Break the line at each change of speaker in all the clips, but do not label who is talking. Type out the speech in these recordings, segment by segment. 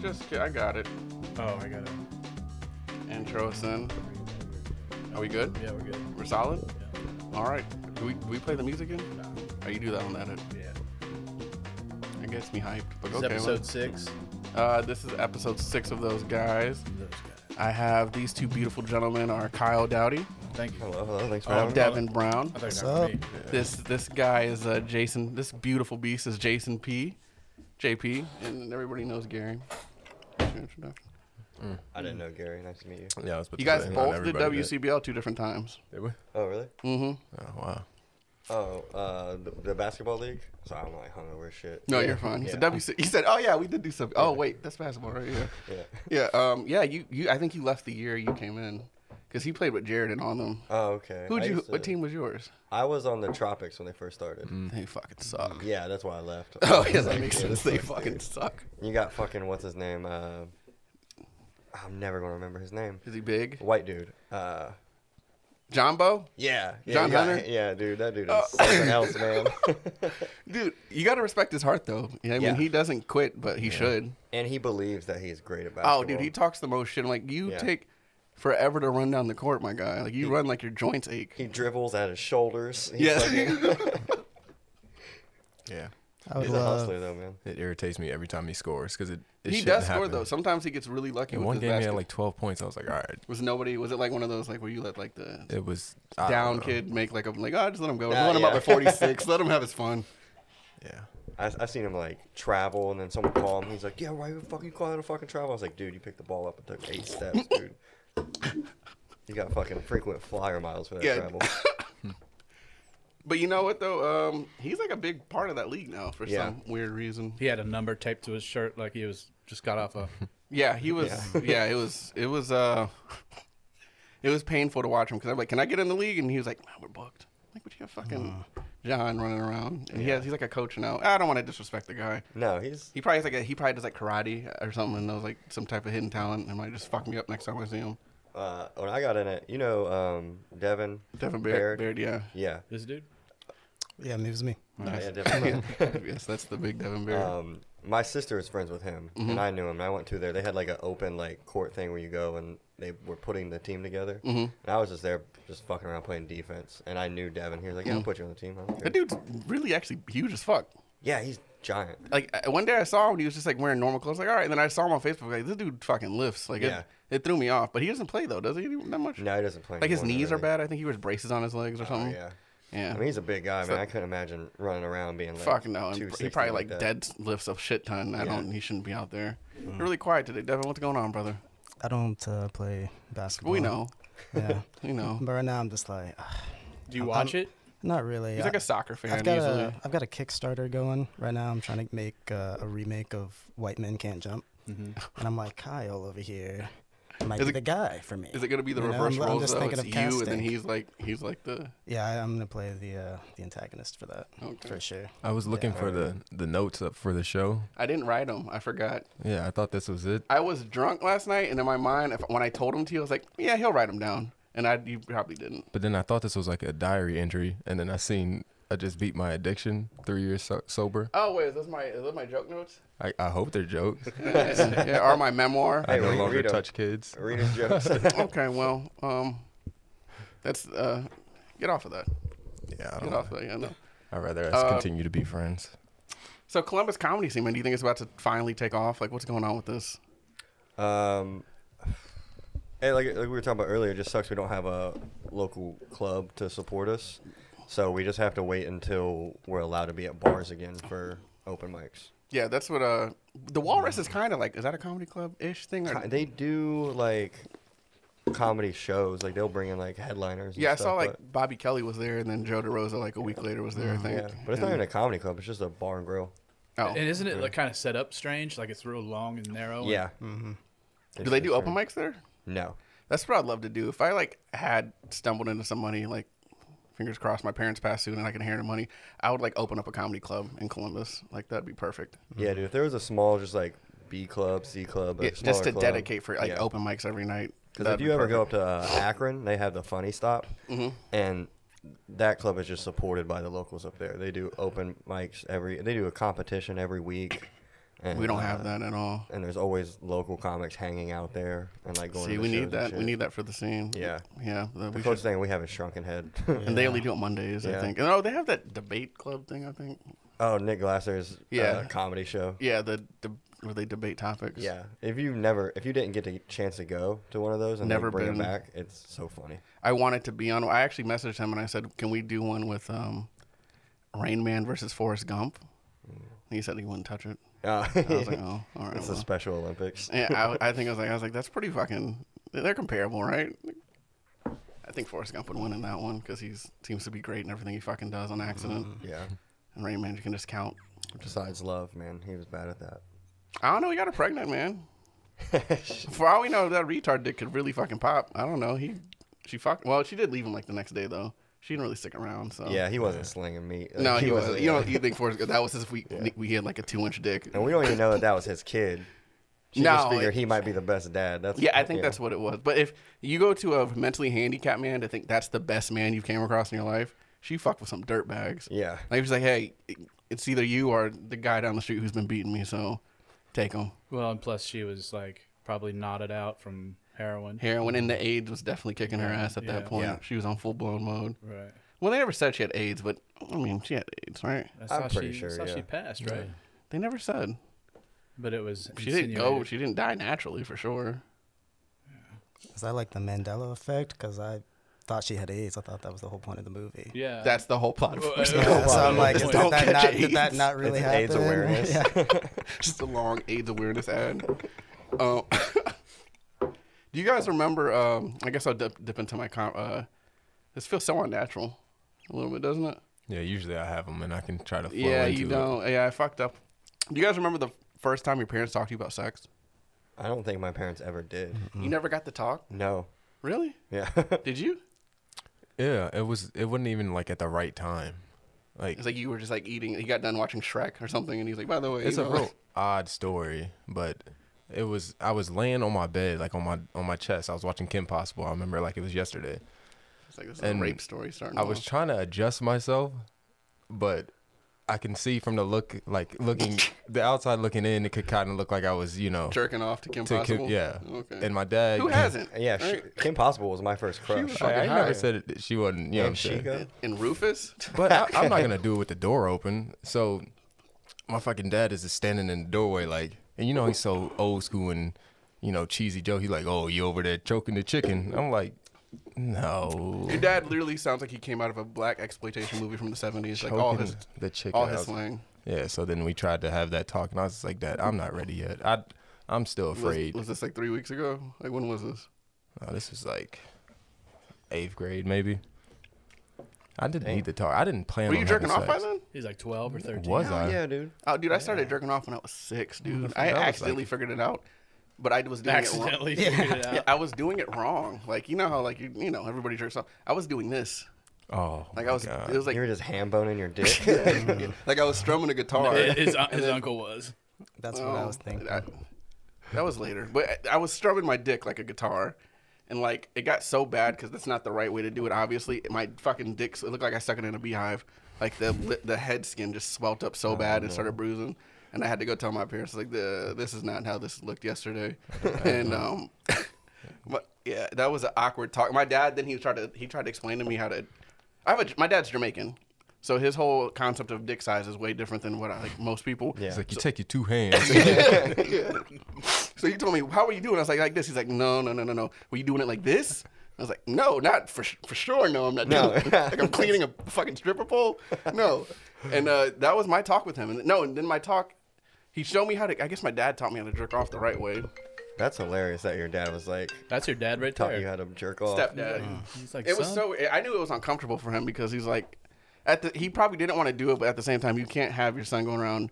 Just kid- I got it.
Oh, I got it.
Intro us in. Are we good?
Yeah, we're good.
We're solid.
Yeah.
All right. Do we do we play the music in?
Nah,
Oh, you do that on edit.
yeah.
It gets me hyped. But
This is
okay.
episode six.
well, uh, this is episode six of those guys.
Those guys.
I have these two beautiful gentlemen. Are Kyle Dowdy,
Thank you.
Hello, hello. Thanks for
uh,
having me.
Devin Brown.
I thought
What's
you were
up?
talking to me.
This this guy is uh, Jason. This beautiful beast is Jason P, JP, and everybody knows Gary. That's your introduction.
I didn't know Gary. Nice to meet you.
Yeah, I was about
You
to
guys
say, not
both did
everybody
WCBL two different times.
Did we?
Oh, really?
Mm-hmm.
Oh wow.
Oh, uh, the, the basketball league. So I'm like hungover as shit.
No, you're fine. He said WC. He said, "Oh yeah, we did do something." Oh wait, that's basketball right here.
Yeah.
Yeah, um, yeah. You, you. I think you left the year you came in because he played with Jared and on them.
Oh, okay.
Who'd
I
you?
used to-
What team was yours?
I was on the Tropics when they first started.
They fucking suck.
Yeah, that's why I left.
Oh yeah, that makes
Yeah,
sense.
this
They
sucks,
fucking
dude.
suck.
You got fucking what's his name? Uh, I'm never gonna remember his name.
Is he big?
White dude. Uh,
Jumbo,
yeah. yeah
John
you got-
Hunter? Oh.
Yeah, dude. That dude is something else, man.
dude. You gotta respect his heart though. Yeah, I mean,
Yeah.
he doesn't quit, but he should.
and he believes that he's great at basketball.
Oh, dude, he talks the most shit. I'm like, you
Yeah.
take forever to run down the court, my guy. Like you run like your joints ache.
he dribbles at his shoulders. He's
Yeah.
fucking-
Yeah.
I would
he's a
love.
hustler though, man.
It irritates me every time he scores because it, it.
He
shouldn't
does score
happen.
though. Sometimes he gets really lucky
In
with
one
his
game, he
basket.
had like 12 points. I was like, all right.
was nobody? Was it like one of those like where you let like the
It was I don't
down
know.
kid make like a like oh just let him go.
Nah,
let him up
yeah.
at forty six. let him have his fun.
Yeah.
I, I've seen him like travel, and then someone call him. He's like, "Yeah, why you fucking call that a fucking travel?" I was like, "Dude, you picked the ball up and took eight steps, dude. You got fucking frequent flyer miles for that
Yeah.
travel."
But you know what though? Um, he's like a big part of that league now for
Yeah.
some weird reason.
He had a number taped to his shirt like he was just got off a.
Yeah, he was. Yeah, it was. It was. Uh, it was painful to watch him because I'm like, can I get in the league? And he was like, no, we're booked. I'm like, what you have fucking John running around? And he has, he's like a coach now. I don't want to disrespect the guy.
No, he's
He probably has like a, he probably does like karate or something and knows like some type of hidden talent and might just fuck me up next time I see him.
uh, when I got in it, you know, um, Devin.
Devin Baird, Baird yeah.
Yeah.
This dude.
Yeah, it was me.
Oh, yeah, Devin.
yes, that's the big Devin Baird.
um, my sister is friends with him, and I knew him. And I went to there. They had like an open like court thing where you go, and they were putting the team together. And I was just there, just fucking around playing defense. And I knew Devin. He was like, "Yeah, I'll put you on the team." I don't care."
that dude's really actually huge as fuck.
Yeah, he's giant.
Like I- one day I saw him, he was just like wearing normal clothes. Like all right, and then I saw him on Facebook. Like this dude fucking lifts. Like
Yeah.
it, it threw me off. But he doesn't play though, does he? Any- That much?
No, he doesn't play.
Like his
anymore,
knees are
really.
bad. I think he wears braces on his legs or
Oh,
something.
yeah.
yeah.
I mean, he's a big guy, man. I couldn't imagine running around being like
Fuck no. And he
260
probably like
that.
dead lifts a shit ton. I
Yeah. Mm.
don't. He shouldn't be out there. You're really quiet today, Devin. What's going on, brother?
I don't uh, play basketball.
We know.
Yeah.
We know.
but right now I'm just like, ah,
Do you watch it?
not really.
He's
I-
like a soccer fan.
I've got
easily.
a, I've got a Kickstarter going right now. I'm trying to make uh, a remake of White Men Can't Jump, and I'm like Kyle over here might
Mm-hmm. Is
be
it-
the guy for me.
Is it gonna be the
You know,
reverse
I'm- I'm
roles
just
though?
thinking
It's
of
you, and then
casting.
he's like he's like the
Yeah, I, I'm gonna play the uh, the antagonist for that
Okay.
for sure.
I was looking
Yeah.
for the the notes up for the show.
I didn't write him. I forgot.
Yeah, I thought this was it.
I was drunk last night, and in my mind, if, when I told him to, I was like, "Yeah, he'll write him down," and I you probably didn't.
But then I thought this was like a diary entry, and then I seen I just beat my addiction three years so- sober.
Oh wait, is this my is this my joke notes?
I, I hope they're jokes.
yeah, or my memoir?
I
Hey,
no
read-
longer
read 'em.
touch kids.
Reading jokes.
okay, well, um, that's uh, get off of that.
Yeah, I
Get
don't
off
know.
of that. Yeah, no.
I'd rather us
Uh,
continue to be friends.
So Columbus comedy scene, man. Do you think it's about to finally take off? Like, what's going on with this?
um, hey, like, like we were talking about earlier, it just sucks we don't have a local club to support us. So we just have to wait until we're allowed to be at bars again for open mics.
Yeah, that's what uh, the Walrus is kind of like. Is that a comedy club ish thing? Or,
Ki- They do like comedy shows. Like they'll bring in like headliners. And
yeah, I
stuff,
saw like
but- Mm-hmm.
Bobby Kelly was there, and then Joe DeRosa like a week later was there. I think.
yeah, but it's not even a comedy club. It's just a bar and grill.
Oh.
And isn't it like kind of set up strange? Like it's real long and narrow. and-
Yeah.
do they do open mics there?
No.
That's what I'd love to do. If I like had stumbled into some money, like fingers crossed, my parents pass soon and I can inherit money, I would like open up a comedy club in Columbus. Like that'd be perfect.
Yeah, dude. If there was a small, just like B club, C club, a
Yeah, just
smaller
to
club,
dedicate for like
yeah.
open mics every night.
Because
that'd
if
be
you ever go
perfect. Mm-hmm.
up to uh, Akron, they have the Funny Stop, and that club is just supported by the locals up there. They do open mics every. They do a competition every week, And,
We don't
uh,
have that at all.
And there's always local comics hanging out there and like going.
See,
to
we
the
need
shows and
that. We
shit.
need that for the scene.
Yeah.
yeah. that
The
we
closest
should-
thing we have is Shrunken Head.
and they only do it Mondays, I
Yeah.
think. And, oh, they have that debate club thing, I think.
oh, Nick Glasser's
Yeah.
uh, comedy show.
Yeah, the, the where they debate topics.
Yeah, if you never, if you didn't get the chance to go to one of those and
Never
never bring
been.
it back, it's so funny.
I wanted to be on. I actually messaged him and I said, "Can we do one with um, Rain Man versus Forrest Gump?" And he said he wouldn't touch it.
Uh,
I was like, "Oh, all right."
it's the
well."
Special Olympics.
yeah, I, I think I was like, I was like, that's pretty fucking. They're comparable, right? I think Forrest Gump would win in that one because he seems to be great in everything he fucking does on accident.
Yeah,
And Rain Man, you can just count.
besides love, man, he was bad at that.
I don't know. He got her pregnant, man. For all we know, that retard dick could really fucking pop. I don't know. He, she fucked. Well, she did leave him like the next day though. She didn't really stick around. So
Yeah, he wasn't slinging meat. Like,
Oh, no, he, was.
wasn't-
You know,
yeah.
you think Forrest Gump? That was his. We we had like a two inch dick.
and we don't even know that that was his kid. She
No,
just figured
it-
he might be the best dad. That's
Yeah, I think that's what it was. But if you go to a mentally handicapped man to think that's the best man you've came across in your life, she fucked with some dirt bags.
Yeah.
Like she's like, hey, it's either you or the guy down the street who's been beating me. So take him.
Well, and plus she was like probably knotted out from heroin.
Heroin and the AIDS was definitely kicking her ass at that
Yeah.
point.
Yeah.
She was on full blown mode.
Right.
Well, they never said she had AIDS, but I mean, she had AIDS, right?
That's
I'm
how
pretty
she,
sure,
That's how
yeah.
she passed, right?
They never said.
But it was.
She didn't go.
insinuated.
She didn't die naturally, for sure.
Is that like the Mandela effect? Because I thought she had AIDS. I thought that was the whole point of the movie.
Yeah.
That's the whole plot. of
Well,
course.
uh,
Yeah, so I'm like,
Don't
did that,
catch
not, did that
AIDS.
not really
It's
happen?
AIDS awareness.
Yeah.
Just a long AIDS awareness ad. Um, do you guys remember? Um, I guess I'll dip, dip into my com. Uh, this feels so unnatural, a little bit, doesn't it?
Yeah, usually I have them and I can try to flow
yeah,
into
you
it.
don't. Yeah, I fucked up. Do you guys remember the first time your parents talked to you about sex?
I don't think my parents ever did.
Hmm.
You never got to talk.
No.
Really?
Yeah.
Did you?
Yeah, it was. It wasn't even like at the right time. Like
It's like you were just like eating. He got done watching Shrek or something, and he's like, "By the way,
it's
you
a
know,
real odd story, but it was. I was laying on my bed, like on my on my chest. I was watching Kim Possible. I remember like it was yesterday.
It's like this
And
rape story starting.
I was
off.
trying to adjust myself, but I can see from the look, like looking the outside looking in, it could kind of look like I was, you know,
jerking off to Kim
to Kim-
Possible.
yeah.
Okay.
And my dad,
Who hasn't?
yeah. She, Kim Possible was my first crush.
was
I, I
fucking high.
never said it, she wasn't. You know what I'm
and
saying?
Sheikah.
And Rufus.
But I, I'm not gonna do it with the door open. So my fucking dad is just standing in the doorway, like, and you know he's so old school and you know cheesy Joe. He's like, "Oh, you over there choking the chicken?" I'm like, "No."
Your dad literally sounds like he came out of a black exploitation movie from the seventies. Like all
Choking
his
the chicken.
all
I
his
was-
slang
Yeah. So then we tried to have that talk, and I was just like, "Dad, I'm not ready yet. I, I'm still
was,
afraid."
was this like three weeks ago? Like when was this?
Oh, this was like eighth grade, maybe. I didn't need to talk. I didn't plan.
Were
on
you jerking
having
off by
sex.
then?
He's like 12 or 13.
Was I?
Yeah, dude.
Oh, dude, I started jerking off when I was six, dude. I
that was
accidentally
like-
figured it out, but I was doing it wrong.
Accidentally figured it out.
Yeah, I was doing it wrong. Like you know how like you, you know everybody jerks off. I was doing this.
Oh,
Like
my
I was.
God.
It was like
you were just ham boning your dick.
like I was strumming a guitar.
His, his uncle was.
That's what I
Oh,
was thinking.
I- that was later, but I, I was strumming my dick like a guitar, and like it got so bad because that's not the right way to do it. Obviously, my fucking dick it looked like I stuck it in a beehive. Like the li- the head skin just swelled up so bad and started bruising, and I had to go tell my parents like the this is not how this looked yesterday, and um, but yeah, that was an awkward talk. My dad then he tried to he tried to explain to me how to. I have a, my dad's Jamaican. So his whole concept of dick size is way different than what I like most people.
Yeah.
It's like you take your two hands.
So he told me, "How are you doing?" I was like, "Like this." He's like, "No, no, no, no, no. Were you doing it like this?" I was like, "No, not for sh- for sure. No, I'm not.
No.
doing it. like I'm cleaning a fucking stripper pole. No." And uh, that was my talk with him. And no, and then my talk, he showed me how to. I guess my dad taught me how to jerk off the right way.
That's hilarious that your dad was like
That's your dad right
taught you
there.
how to jerk off.
Stepdad.
Mm.
He's like,
It was
"Son,
so. I knew it was uncomfortable for him because he's like, at the he probably didn't want to do it, but at the same time, you can't have your son going around.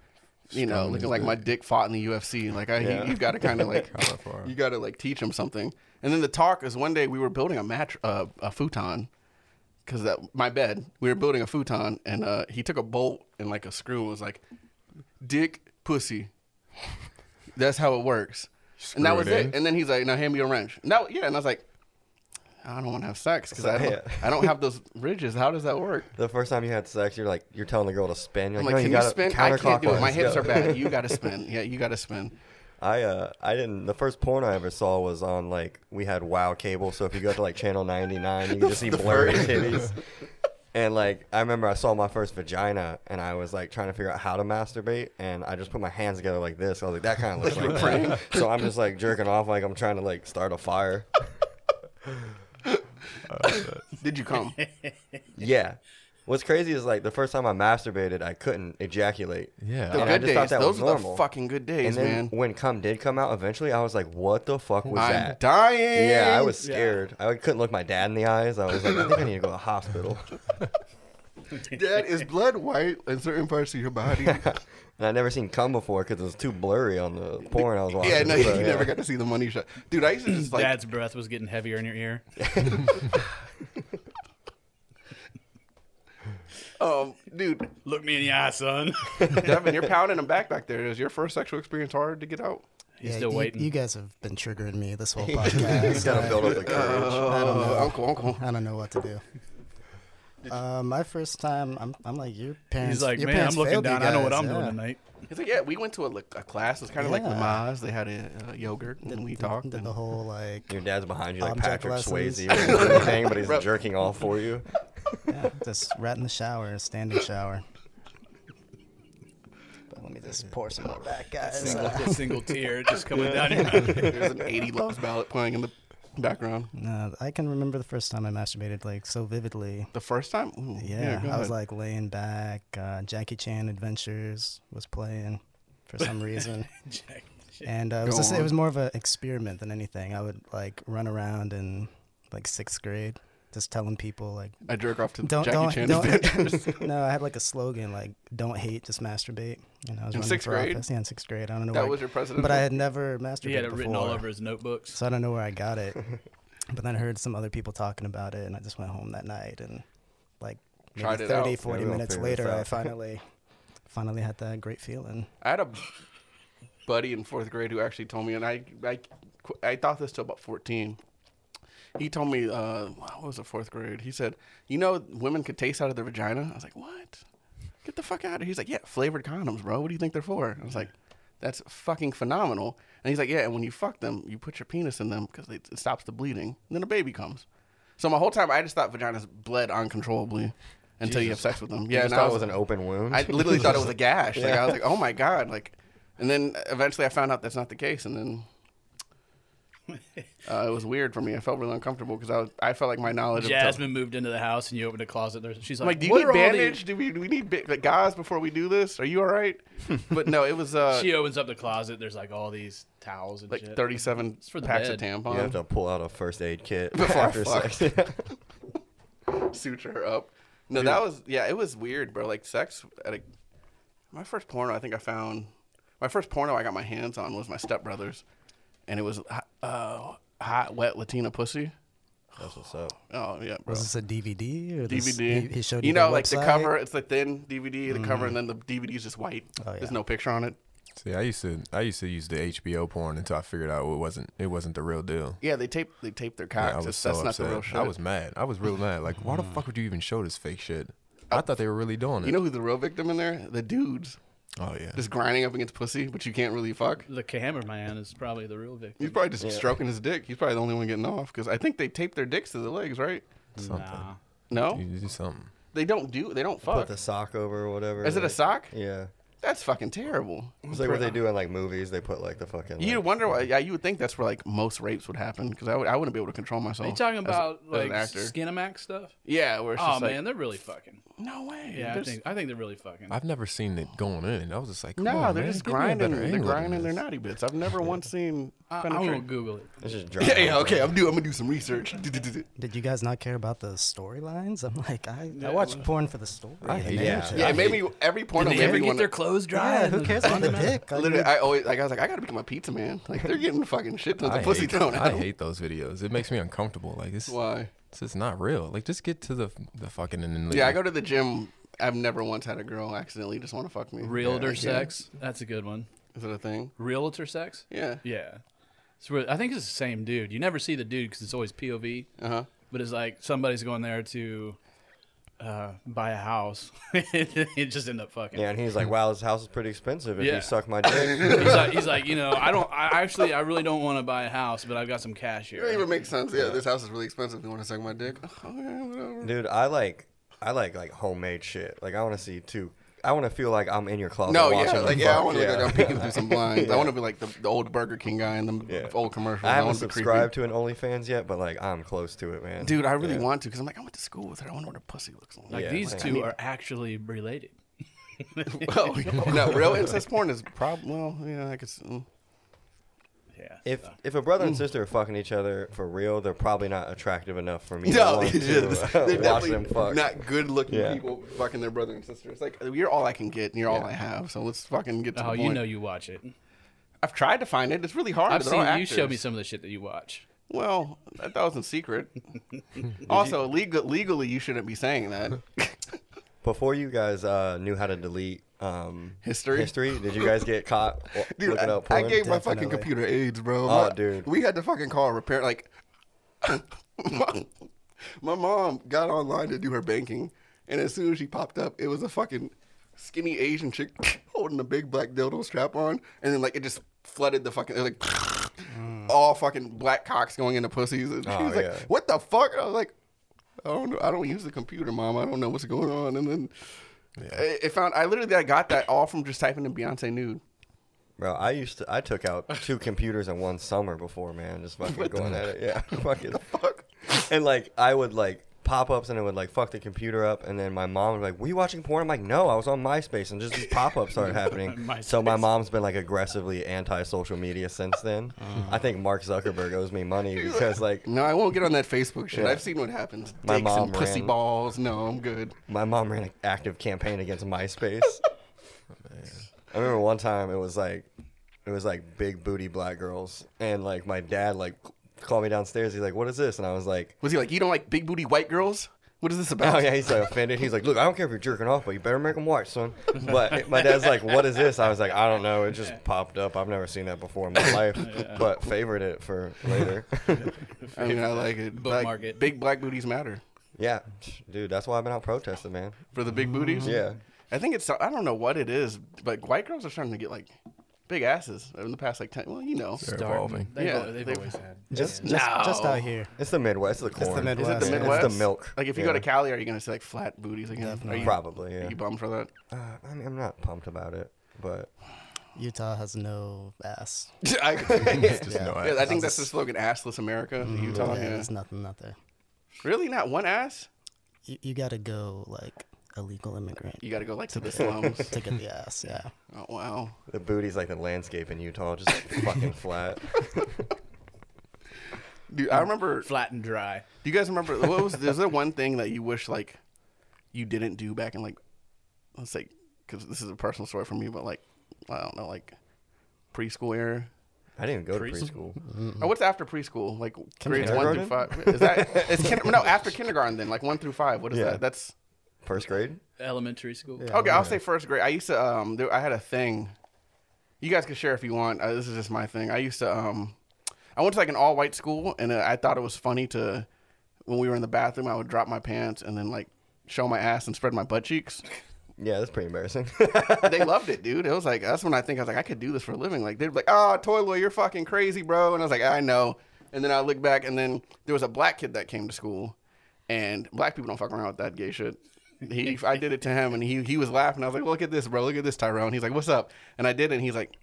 You know,
Strumming his
looking like my
dick.
dick fought in the UFC. Like I,
Yeah.
you, have got to kind of like,
Kinda far.
you got to like teach him something. And then the talk is one day we were building a match, uh, a futon, because that my bed. We were building a futon, and uh, he took a bolt and like a screw and was like, "Dick, pussy." That's how it works. and that
Screw
was
it
it.
in.
eh?
And then he's like, "Now hand me a wrench." Now, yeah. And I was like, I don't want to have sex because I, don't-
Yeah.
I don't have those ridges. How does that work?
The first time you had sex, you're like you're telling the girl to spin. You're
I'm
like,
like,
no,
can
you
you,
gotta
spin? I can't do it. My
counterclockwise,
hips
go."
are bad. You got to spin. Yeah, you got to spin.
I uh I didn't. The first porn I ever saw was on like we had Wow cable, so if you go to like channel ninety nine, you can just see blurry titties. And like I remember, I saw my first vagina, and I was like trying to figure out how to masturbate, and I just put my hands together like this. I was like, that kind of looks like that. So I'm just like jerking off, like I'm trying to like start a fire.
Did you come?
Yeah. What's crazy is like the first time I masturbated, I couldn't ejaculate.
Yeah.
The
And I
good
just thought
days.
that was
Those are the
normal.
fucking good
And
days,
then
man.
when cum did come out, eventually I was like, what the fuck was
I'm
that?
dying.
Yeah, I was scared. I couldn't look my dad in the eyes. I was like, I think I need to go to the hospital.
Dad, is blood white in certain parts of your body?
And I never seen cum before because it was too blurry on the porn I was watching.
yeah, no,
so,
you
yeah.
never got to see the money shot. Dude, I used to just like
Dad's breath was getting heavier in your ear.
Um, dude,
Look me in the eye, son.
Devin, you're pounding him back back there. Is your first sexual experience hard to get out?
He's still
you,
waiting.
You guys have been triggering me this whole
You
podcast.
gotta
I,
build up the courage.
Uh, uncle, uncle.
I don't know what to do. Uh, my first time, I'm, I'm like your parents.
He's like,
your
man,
parents
I'm looking
failed you
down. I know what
guys,
I'm doing
yeah.
tonight.
He's like, yeah, we went to a, like, a class. It's kind of like
Yeah.
Lamaze. They had a uh, yogurt, and we talked.
Did
and-
the whole like,
Your dad's behind you like
Object
Patrick
lessons.
Swayze or anything, but he's jerking off for you.
yeah, just rat in the shower, standing shower. But let me just pour some more back, guys.
Single, single tear just coming down your mouth.
There's an 80 Loves ballad playing in the background.
No, I can remember the first time I masturbated like so vividly.
The first time? Ooh,
Yeah,
go
I
ahead.
was like laying back. Uh, Jackie Chan Adventures was playing for some reason,
Jack.
and uh, it was
Go
just,
on.
it was more of an experiment than anything. I would like run around in like sixth grade, just telling people like,
I jerk off to
don't,
Jackie
don't,
Chan
don't.
adventures.
no, I had like a slogan like, don't hate, just masturbate. And I was
In
running
sixth
for
grade?
office. Yeah, in sixth grade. I don't know.
that
where
was
I,
your president.
but I had never masturbated
He had it
before.
written all over his notebooks.
So I don't know where I got it. but then I heard some other people talking about it, and I just went home that night and like maybe
Tried it
30,
out.
40
Yeah, we'll
minutes
figure this
later, I
out.
finally finally had that great feeling.
I had a buddy in fourth grade who actually told me, and I I, qu- I thought this till about fourteen. He told me, uh, what was it, fourth grade? He said, you know, women could taste out of their vagina. I was like, what? Get the fuck out of here. He's like, yeah, flavored condoms, bro. What do you think they're for? I was like, that's fucking phenomenal. And he's like, yeah, and when you fuck them, you put your penis in them because it stops the bleeding. And then a baby comes. So my whole time, I just thought vaginas bled uncontrollably until you have sex with them. Yeah,
Yeah,
and
just
I
thought it was an open wound.
I literally thought it was a gash. Like I was like, oh my god. Like, and then eventually I found out that's not the case, and then uh, it was weird for me. I felt really uncomfortable because I was, I felt like my knowledge. Of
Jasmine moved into the house and you opened a closet. There, she's
I'm
like,
like, do you
what
need
are all these-"
bandage? Do we do we need ba- like, guys before we do this? Are you all right? but no, it was uh,
She opens up the closet. There's like all these towels and
like
shit.
37
for the
packs
bed.
of
you have
tampons.
to pull out a first aid kit
Before I
after
fuck.
sex.
suture her up. No, that was yeah, it was weird, bro. Like sex at a my first porno, I think I found my first porno I got my hands on was my stepbrother's, and it was uh, hot wet Latina pussy.
That's what's up.
Oh yeah, bro.
Was this a DVD or this,
DVD.
He, he showed
you
you
know,
the
like the
website?
cover. It's the thin DVD, the cover, and then the DVD is just white.
Oh,
There's
yeah.
no picture on it.
See, I used to I used to use the HBO porn until I figured out it wasn't it wasn't the real deal.
Yeah, they tape they tape their
Yeah,
cocks.
I was
It's-
so
that's not
upset.
the real shit.
I was mad. I was real mad. Like, why the fuck would you even show this fake shit? I thought they were really doing it.
Uh, you know who's the real victim in there? The dudes
oh yeah.
just grinding up against pussy, but you can't really fuck.
The cameraman is probably the real victim.
He's probably just stroking his dick. He's probably the only one getting off because I think they tape their dicks to the legs, right?
something.
Nah.
No,
You do something.
they don't do. They don't
Put
fuck.
the sock over or whatever.
Is it a
like-
sock?
Yeah.
That's fucking terrible.
It's like what they do in like movies. They put like the fucking.
You
like-
wonder why? Yeah, you would think that's where like most rapes would happen because I would I wouldn't be able to control myself.
Are you talking
as a-
about
as
like
an actor?
Skinamax stuff?
Yeah, where it's
Oh
just like,
man, they're really fucking.
no way.
Yeah, I
There's-
think I think they're really fucking.
I've never seen it going in. I was just like, come
No,
on,
they're
man,
just
give me a
grinding.
better
They're
angle than
grinding their
this.
naughty bits. I've never once seen.
I, I
penetrate.
will Google it.
It's just
yeah,
dry.
yeah, okay. I'm do. I'm gonna do some research.
Did you guys not care about the storylines? I'm like, I, I watch porn for the story.
I hate
man.
that
Yeah.
shit.
yeah, it made me every porn.
Did
of
they ever
every
get
one.
their clothes dry?
Yeah, who cares about the dick? I
Literally,
mean,
I always like. I was like, I gotta become a pizza man. Like they're getting fucking shit tons
I
of pussy
hate,
thrown
I
at 'em.
hate those videos. It makes me uncomfortable. Like this,
Why?
this is not real. Like just get to the the fucking and then leave.
Yeah, I go to the gym. I've never once had a girl accidentally just want to fuck me.
Realtor
Yeah.
sex. That's a good one.
Is it a thing?
Realtor sex.
Yeah.
Yeah. It's really, I think it's the same dude. You never see the dude because it's always POV.
Uh huh.
But it's like somebody's going there to uh, buy a house. it just end up fucking.
Yeah, and he's like, "Wow, this house is pretty expensive. If
Yeah.
you suck my dick,
He's like, he's like, you know, I don't. I actually, I really don't want to buy a house, but I've got some cash
It don't
here.
even make sense. Yeah, this house is really expensive. You want to suck my dick? Oh, yeah, whatever.
dude, I like, I like like homemade shit. Like, I want to see too. I want to feel like I'm in your closet.
No,
watching
yeah,
the
like yeah, I
fuck,
want to look like I'm peeking through some blinds. I want to be like the, the old Burger King guy in the
Yeah.
old commercials.
I haven't
wanna be creepy.
subscribed to an OnlyFans yet, but like, I'm close to it, man.
Dude, I really
Yeah.
want to because I'm like, I went to school with her. I wonder what her pussy looks like.
Like
Yeah,
these
like, I
two
need-
are actually related.
well, no, real incest porn is probably well, yeah, I guess. mm.
Yeah.
If if a brother and sister are fucking each other for real, they're probably not attractive enough for me to,
No,
want
it's just,
to
they're
uh, watch
definitely
them fuck.
not good-looking
Yeah.
people fucking their brother and sister. It's like you're all I can get, and you're all I have. So let's fucking get to
oh,
the
you
point.
know you watch it.
I've tried to find it. It's really hard.
I've
They're all
seen you show
actors.
me some of the shit that you watch.
Well, that, that wasn't secret. also, legal, legally, you shouldn't be saying that.
Before you guys uh, knew how to delete um,
History?
history, did you guys get caught w-
Dude,
looking
I,
up
I
porn?
gave my fucking
Definitely.
computer AIDS, bro.
Oh,
My-
dude.
we had to fucking call a repair. Like, my, my mom got online to do her banking, and as soon as she popped up, it was a fucking skinny Asian chick holding a big black dildo strap on, and then like it just flooded the fucking it was like all fucking black cocks going into pussies. And she
Mm. Oh,
was like,
yeah.
"What the fuck?" And I was like, "I don't know. I don't use the computer, mom. I don't know what's going on." And then. It it found I literally I got that all from just typing in Beyonce nude.
Bro, I used to. I took out two computers in one summer before, man. Just fucking going at it. Yeah, fucking fuck. And like, I would like pop ups, and it would like fuck the computer up. And then my mom would be like, "Were you watching porn?" I'm like, "No, I was on MySpace," and just these pop ups started happening. so my
MySpace.
mom's been like aggressively anti social media since then. I think Mark Zuckerberg owes me money because like
No, I won't get on that Facebook shit.
Yeah.
I've seen what happens.
My
Dicks
mom
and pussy
ran-
balls. No, I'm good.
My mom ran an active campaign against MySpace. I remember one time it was like, it was like big booty black girls, and like my dad like called me downstairs. He's like, "What is this?" And I was like,
Was he like, you don't like big booty white girls? What is this about?
"Oh yeah." He's like offended. He's like, "Look, I don't care if you're jerking off, but you better make them watch, son." But my dad's like, "What is this?" I was like, "I don't know. It just popped up. I've never seen that before in my life, but favored it for later."
I mean, I like it.
Bookmark
Black-
it.
Big black booties matter
yeah, dude, that's why I've been out protesting, man.
for the big booties.
Mm, Yeah.
I think it's. I don't know what it is, but white girls are starting to get like big asses in the past like ten. Well, you know,
They're evolving.
They've,
Yeah,
yeah, they've,
they've-
always had.
Just, just,
No.
just out here.
It's the Midwest. It's the
is
corn.
it
Midwest.
the
Yeah. It's
Midwest?
the milk.
Like if you go to
Yeah.
Cali, are you gonna see like flat booties again? Are you,
Probably. Yeah.
Are you bummed for that?
Uh, I mean, I'm not pumped about it, but
Utah has no ass.
I,
It's just no
yeah, I
ass.
think that's the slogan: "Assless America."
Mm,
Utah.
yeah,
Yeah.
there's nothing out there.
Really, not one ass.
You, you gotta go like illegal immigrant
You got to go like to the slums.
to get the ass. Yeah.
oh wow.
the booty's like the landscape in Utah, just fucking flat.
Dude, I remember
Flat and dry.
Do you guys remember what was? is there one thing that you wish like you didn't do back in like let's say because this is a personal story for me, but like I don't know, like preschool era.
I didn't even go to
Preschool?
preschool.
Or what's after preschool? Like grades one through
Mm-hmm.
five.
Kindergarten?
Is that it's kinder, no after kindergarten then like one through five? What is
Yeah.
that? That's
First grade?
Elementary school.
Yeah.
okay. I'll say first grade. I used to um there, I had a thing. You guys can share if you want. Uh, this is just my thing. I used to um I went to like an all white school and uh, I thought it was funny to when we were in the bathroom I would drop my pants and then like show my ass and spread my butt cheeks.
Yeah, that's pretty embarrassing.
they loved it, dude. It was like that's when I think I was like, I could do this for a living. Like they'd be like, "Oh, toy lawyer, you're fucking crazy, bro." And I was like, I know. And then I look back, and then there was a black kid that came to school, and black people don't fuck around with that gay shit. He, I did it to him, and he he was laughing. I was like, "Look at this, bro. Look at this, Tyrone." He's like, "What's up?" And I did, it, and he's like,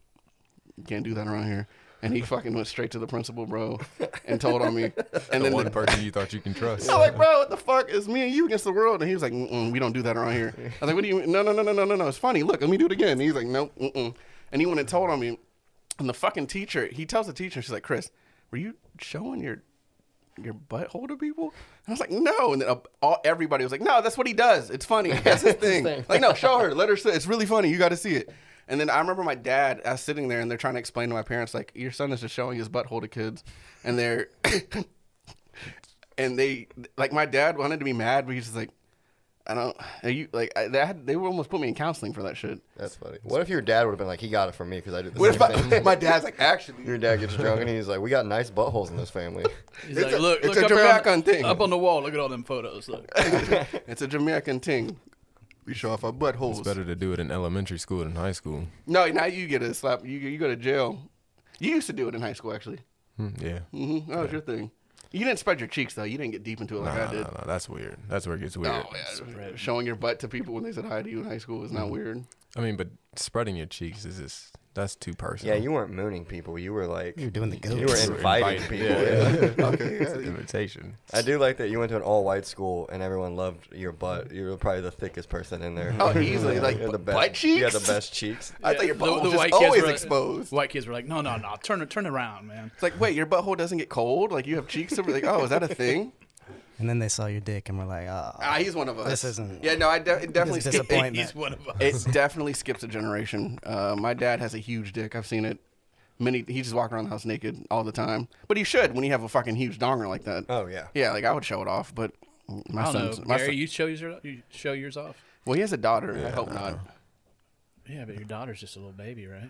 "You can't do that around here." And he fucking went straight to the principal, bro, and told on me. And
The
then
one
the-
person you thought you can trust.
I was like, bro, what the fuck? It's me and you against the world. And he was like, mm-mm, we don't do that around here. I was like, what do you mean? No, no, no, no, no, no, no. It's funny. Look, let me do it again. And he's like, nope, mm-mm. And he went and told on me. And the fucking teacher, he tells the teacher, she's like, Chris, were you showing your your butthole to people? And I was like, no. And then uh, all, everybody was like, no, that's what he does. It's funny. That's his thing. like, no, show her. Let her see. It's really funny. You got to see it. And then I remember my dad, I was sitting there and they're trying to explain to my parents, like, your son is just showing his butthole to kids. And they're, and they, like, my dad wanted to be mad, but he's just like, I don't. Are you like I, they, had, they were almost put me in counseling for that shit.
That's funny. What if your dad would have been like, he got it from me because I did the
What if
same thing?
my, my dad's like, actually,
your dad gets drunk and he's like, we got nice buttholes in this family.
He's
It's
like,
a-
look,
it's
look
a
up, around-
Jamaican thing."
up on the wall. Look at all them photos. Look.
It's a Jamaican thing.
we show off our buttholes.
It's better to do it in elementary school than high school.
No, now you get a slap. You you go to jail. You used to do it in high school, actually.
Hmm, Yeah.
hmm That was your thing. You didn't spread your cheeks though. You didn't get deep into it like
Nah,
I did.
nah, nah, that's weird. That's where it gets weird.
Oh, yeah. Showing your butt to people when they said hi to you in high school was
Mm-hmm.
not weird.
I mean, but spreading your cheeks is just that's too personal.
yeah, you weren't mooning people. You were like,
You're doing the goats.
you were inviting people. yeah.
okay, it's an invitation.
I do like that you went to an all white school and everyone loved your butt. You were probably the thickest person in there.
Oh, easily, like,
You had the
bu-
best,
butt
You had the
cheeks?
best cheeks.
I thought your
The-
butthole
the
was just
white kids
always
were-
exposed.
White kids were like, no, no, no, turn, turn around, man.
It's like, wait, your butthole doesn't get cold? Like you have cheeks over? Like, oh, is that a thing?
And then they saw your dick and were like, ah.
Ah, he's one of us.
This isn't-
Yeah, no, I de- it definitely
is
skipped- it-
disappointment.
He's one of us.
It definitely skips a generation. Uh, my dad has a huge dick. I've seen it. Many. He just walks around the house naked all the time. But he should when you have a fucking huge donger like that.
Oh, yeah.
Yeah, like I would show it off, but my
I
son's
don't know.
my
Gary,
son-
you show yours, you show yours off.
well, he has a daughter. I hope not.
Yeah, but your daughter's just a little baby, right?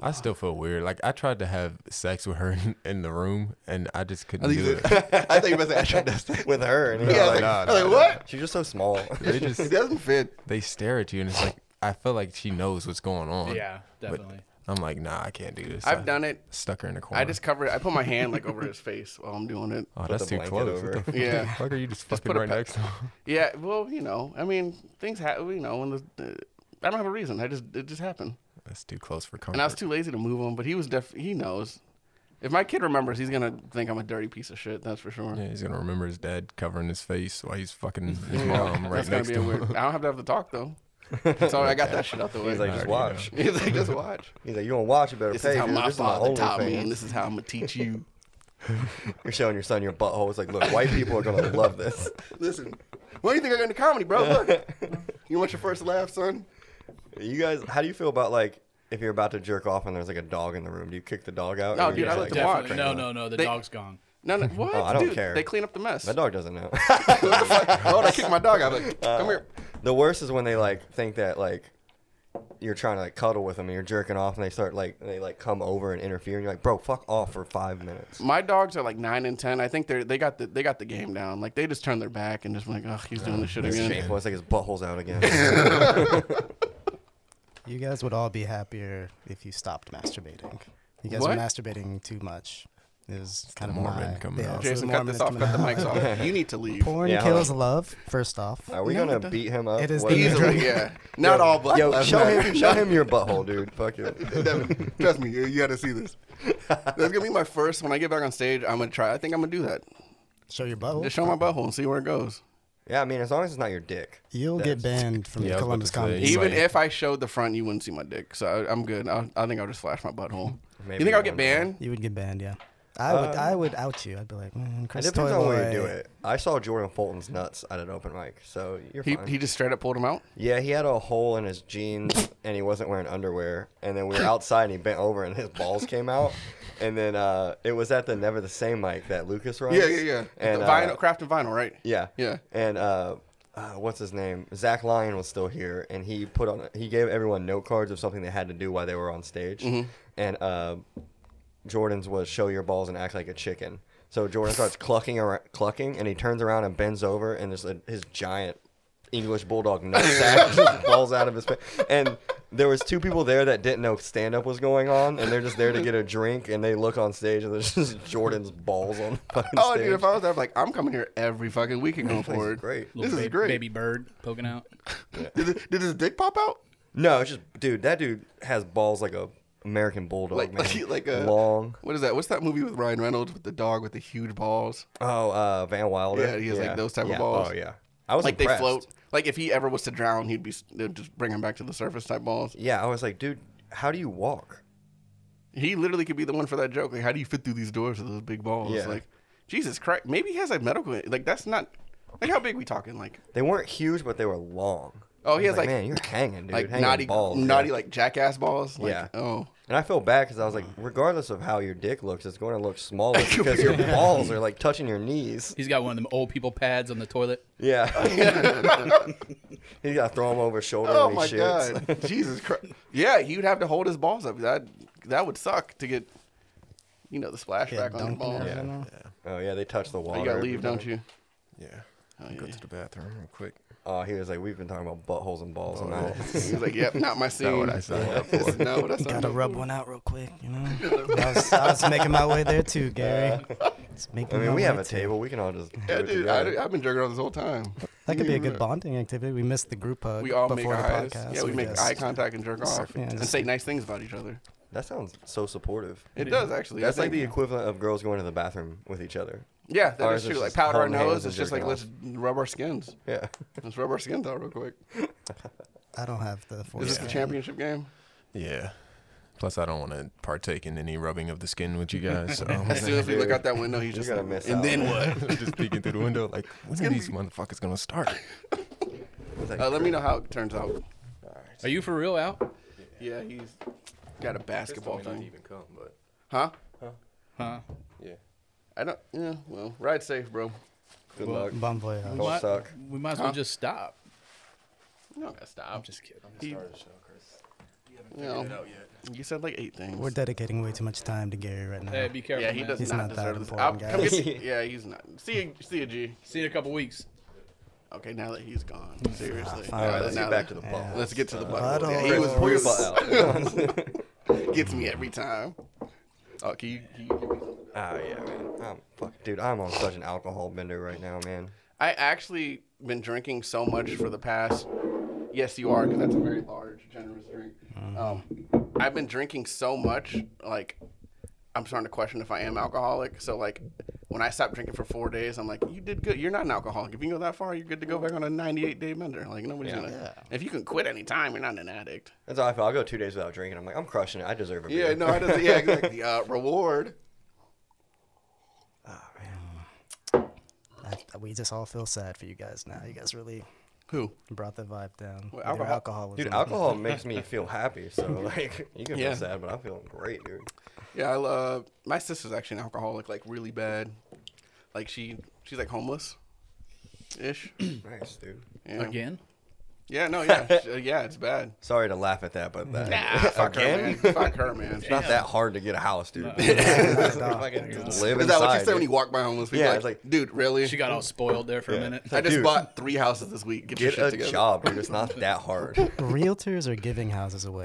I still feel weird. Like I tried to have sex with her in, in the room, and I just
I
couldn't
Oh,
thought
do
you
it.
said- I thought you meant to actually does that.
With her. And
Yeah,
yeah,
I was like,
like,
I was like, what?
She's just so small.
They just
It doesn't fit.
they stare at you, and it's like I feel like she knows what's going on.
Yeah, definitely.
I'm like, nah, I can't do this.
I've
I
done it.
Stuck her in the corner.
I just cover it. I put my hand like over his face while I'm doing it.
Oh, that's
the
too
blanket
close.
over.
What the fuck?
Yeah.
Fuck are you just,
put
fucking
a
right
pa-
next to him?
Yeah, well, you know, I mean, things happen. You know, when the, the- I don't have a reason. I just it just happened,
That's too close for comfort.
and I was too lazy to move him. But he was def. He knows. If my kid remembers, he's gonna think I'm a dirty piece of shit. That's for sure.
yeah, he's gonna remember his dad covering his face while he's fucking his mom right
That's gonna
next
be
to
a
him.
weird. I don't have to have the talk though. It's all right. I got that shit out the way.
He's like, just watch.
He's like, just watch.
He's like, you don't watch, you better
This
pay.
is how
dude.
my
this is
father
only
taught me,
fans.
and this is how I'm gonna teach you.
You're showing your son your butthole. It's like, look, white people are gonna love this.
Listen, where do you think I got into comedy, bro? Look, you want your first laugh, son?
You guys, how do you feel about like if you're about to jerk off and there's like a dog in the room? Do you kick the dog out?
No,
Or you
dude,
just,
I let
like,
the dog
walk
Definitely. No,
around?
no, no. The
They-
dog's gone.
No, no, what?
Oh, I don't
Dude,
care.
They clean up the mess.
That dog doesn't know.
Hold on, I kicked my dog out. Like, come here.
the worst is when they like think that like you're trying to like cuddle with them and you're jerking off and they start like they like come over and interfere and you're like, bro, fuck off for five minutes.
My dogs are like nine and ten. I think they're they got the they got the game down. Like they just turn their back and just like, oh, he's doing this shit
It's
again.
shameful. It's like his butthole's out again.
You guys would all be happier if you stopped masturbating. You guys were
What?
masturbating too much. It was kind of
Mormon
my,
coming out.
it's the
Jason, cut
Mormon
this off.
coming
Cut the
out.
mics off. You need to leave.
Porn
Yeah, hold
kills
on.
love. First off,
Are we
No, it
gonna
does-
beat him up?
It is
with-
the-
Easily, yeah. Not all black.
Oh, Yo,
lives
show
matter.
him, show him your butthole, dude. Fuck you.
Devin, trust me, you, you got to see this.
That's gonna be my first. When I get back on stage, I'm gonna try. I think I'm gonna do that.
show your butt.
Just show my butthole and see where it goes.
Yeah, I mean, as long as it's not your dick.
You'll get banned from
Yeah, I was about
the Columbus
to say.
Comedy.
He's
Even
like-
if I showed the front, you wouldn't see my dick. So I, I'm good. i I think I'll just flash my butthole.
Maybe
you think I'll get
one day.
banned?
You would get banned, yeah. I would, I would out you. I'd be like, man,
It
Chris
depends on where you do
Toivoy."
it. I saw Jordan Fulton's nuts at an open mic, so you're
He,
fine.
he just straight up pulled him out.
yeah, he had a hole in his jeans and he wasn't wearing underwear. And then we were outside and he bent over and his balls came out. And then uh, it was at the Never the Same mic that Lucas runs.
Yeah, yeah, yeah.
And,
the
uh,
vinyl, craft and vinyl, right?
Yeah.
Yeah.
And uh, uh, what's his name? Zach Lyon was still here, and he put on he gave everyone note cards of something they had to do while they were on stage.
Mm-hmm.
And uh, Jordan's was show your balls and act like a chicken. So Jordan starts clucking around, clucking, and he turns around and bends over, and there's a, his giant English bulldog nutsack just falls out of his face. And there was two people there that didn't know stand up was going on, and they're just there to get a drink, and they look on stage, and there's just Jordan's balls on the fucking
Oh,
stage.
dude, if I was there, I'd be like, I'm coming here every fucking weekend going
This is
forward.
great.
This is
baby,
great.
Baby bird poking out.
Did, th- did his dick pop out?
No, it's just dude. That dude has balls like a American bulldog,
Like-
man.
like- like a-
long.
What is that? What's that movie with Ryan Reynolds with the dog with the huge balls?
Oh, uh, Van Wilder.
Yeah, he has, like, those type of
Yeah.
balls.
Oh yeah. I was
like
impressed.
they float. Like if he ever was to drown, he'd be they'd just bring him back to the surface type balls.
Yeah, I was like, dude, how do you walk?
He literally could be the one for that joke. Like, how do you fit through these doors with those big balls?
Yeah.
Like, Jesus Christ, maybe he has a medical like that's not like how big we talking like.
They weren't huge, but they were long.
Oh, he
I
has
was
like
man, you're hanging, dude.
like
hanging
naughty
balls,
naughty
yeah.
like jackass balls. Like,
Yeah.
Oh.
And I feel bad because I was like, regardless of how your dick looks, it's going to look smaller because your balls are like touching your knees.
He's got one of them old people pads on the toilet.
Yeah. He's got to throw them over his shoulder.
Oh
when he
my
shits.
god. Jesus Christ. Yeah, he would have to hold his balls up. That that would suck to get you know the splash
Yeah,
back on the
dunking
balls.
it, I don't know.
Oh yeah, they touch the water.
You gotta leave, don't you?
Yeah.
Oh, yeah.
Go to the bathroom real quick.
Oh, he was like, we've been talking about buttholes and balls all night.
He's like, yep, not my scene.
what I signed up for.
no, that's not
Gotta
my-
rub one out real quick, you know. I was, I was making my way there too, Gary. It's making
I mean,
my
we
way
have a
too.
table. We can all just do
Yeah,
it
dude,
together.
I, I've been jerking off this whole time.
That could be a good
Yeah.
bonding activity. We missed the group hug
We all make
before the
eyes.
podcast.
Yeah, we, make
just-
eye contact and jerk off
yeah,
and
just-
say nice things about each other.
That sounds so supportive.
It does actually. I
That's like the
think-
equivalent of girls going to the bathroom with each other.
yeah, that
ours
is
is
true. Like
just
powder our
holding hands
nose.
and
It's just like
jerking
let's rub our skins.
Yeah.
Let's rub our skins out real quick.
I don't have the
Is
force.
this the championship game?
Yeah. Plus, I don't want to partake in any rubbing of the skin with you guys. So I'm
As soon as we look out that window, he's just
gotta
like,
miss
and
out,
then
man.
what?
just peeking through the window, like, when are
gonna
these
be-
motherfuckers gonna start?
Uh, let me know how it turns out.
Are you for real out?
Yeah, he's got a basketball thing.
come, but
Huh?
Huh?
yeah.
I don't. Yeah. Well, ride safe, bro.
Good luck.
Bon voyage.
We
Don't
might,
suck.
we might as well just stop.
You don't gotta
I'm
stop.
just kidding.
He- You, know, you said like eight things.
We're dedicating way too much time to Gary right now.
Hey, be careful.
yeah, he
man.
does
He's
not
not that
deserve this.
important,
I'll- come
guys.
get the- yeah, he's not. See, you- see a G.
See you in a couple weeks.
Okay, now that he's gone, seriously.
fine.
All
All right, let's
now
get back to
that-
the ball.
Let's get to the butt.
Buttholes.
Yeah, he
Chris,
was
pull your butt out.
gets me every time. Oh, can you, can you give me some?
Oh yeah, man. I'm, fuck, dude, I'm on such an alcohol bender right now, man.
I actually been drinking so much for the past. Yes, you are, because that's a very large, generous drink. Um, I've been drinking so much, like I'm starting to question if I am alcoholic. So like, when I stopped drinking for four days, I'm like, you did good. You're not an alcoholic. If you go that far, you're good to go back on a 98 day bender. Like nobody's
Yeah.
gonna. If you can quit any time, you're not an addict.
That's how I feel. I'll go two days without drinking. I'm like, I'm crushing it. I deserve a beer.
Yeah, no, I doesn't. Yeah, exactly. The uh, reward.
I- we just all feel sad for you guys now. You guys really
Who?
brought the vibe down. with your
alcohol-
alcoholism.
Dude, alcohol makes me feel happy. So like, you can
Yeah.
feel sad, but I'm feeling great, dude.
Yeah, I love. My sister's actually an alcoholic, like really bad. Like she, she's like homeless, ish.
Nice, dude.
Yeah.
Again?
Yeah, no, yeah, Sh- uh, yeah, it's bad.
Sorry to laugh at that, but that,
Nah, fuck her, man.
again,
Fuck her, man.
it's not that hard to get a house, dude. Fucking just live
Is that what you
inside,
said when you
dude.
walk by homeless people?
Yeah,
like,
it's like-
dude, really?
She got all spoiled there for a
Yeah.
minute.
I just
Dude.
bought three houses this week. Get, your
Get
shit
a
together.
job, dude. It's not that hard.
Realtors are giving houses away.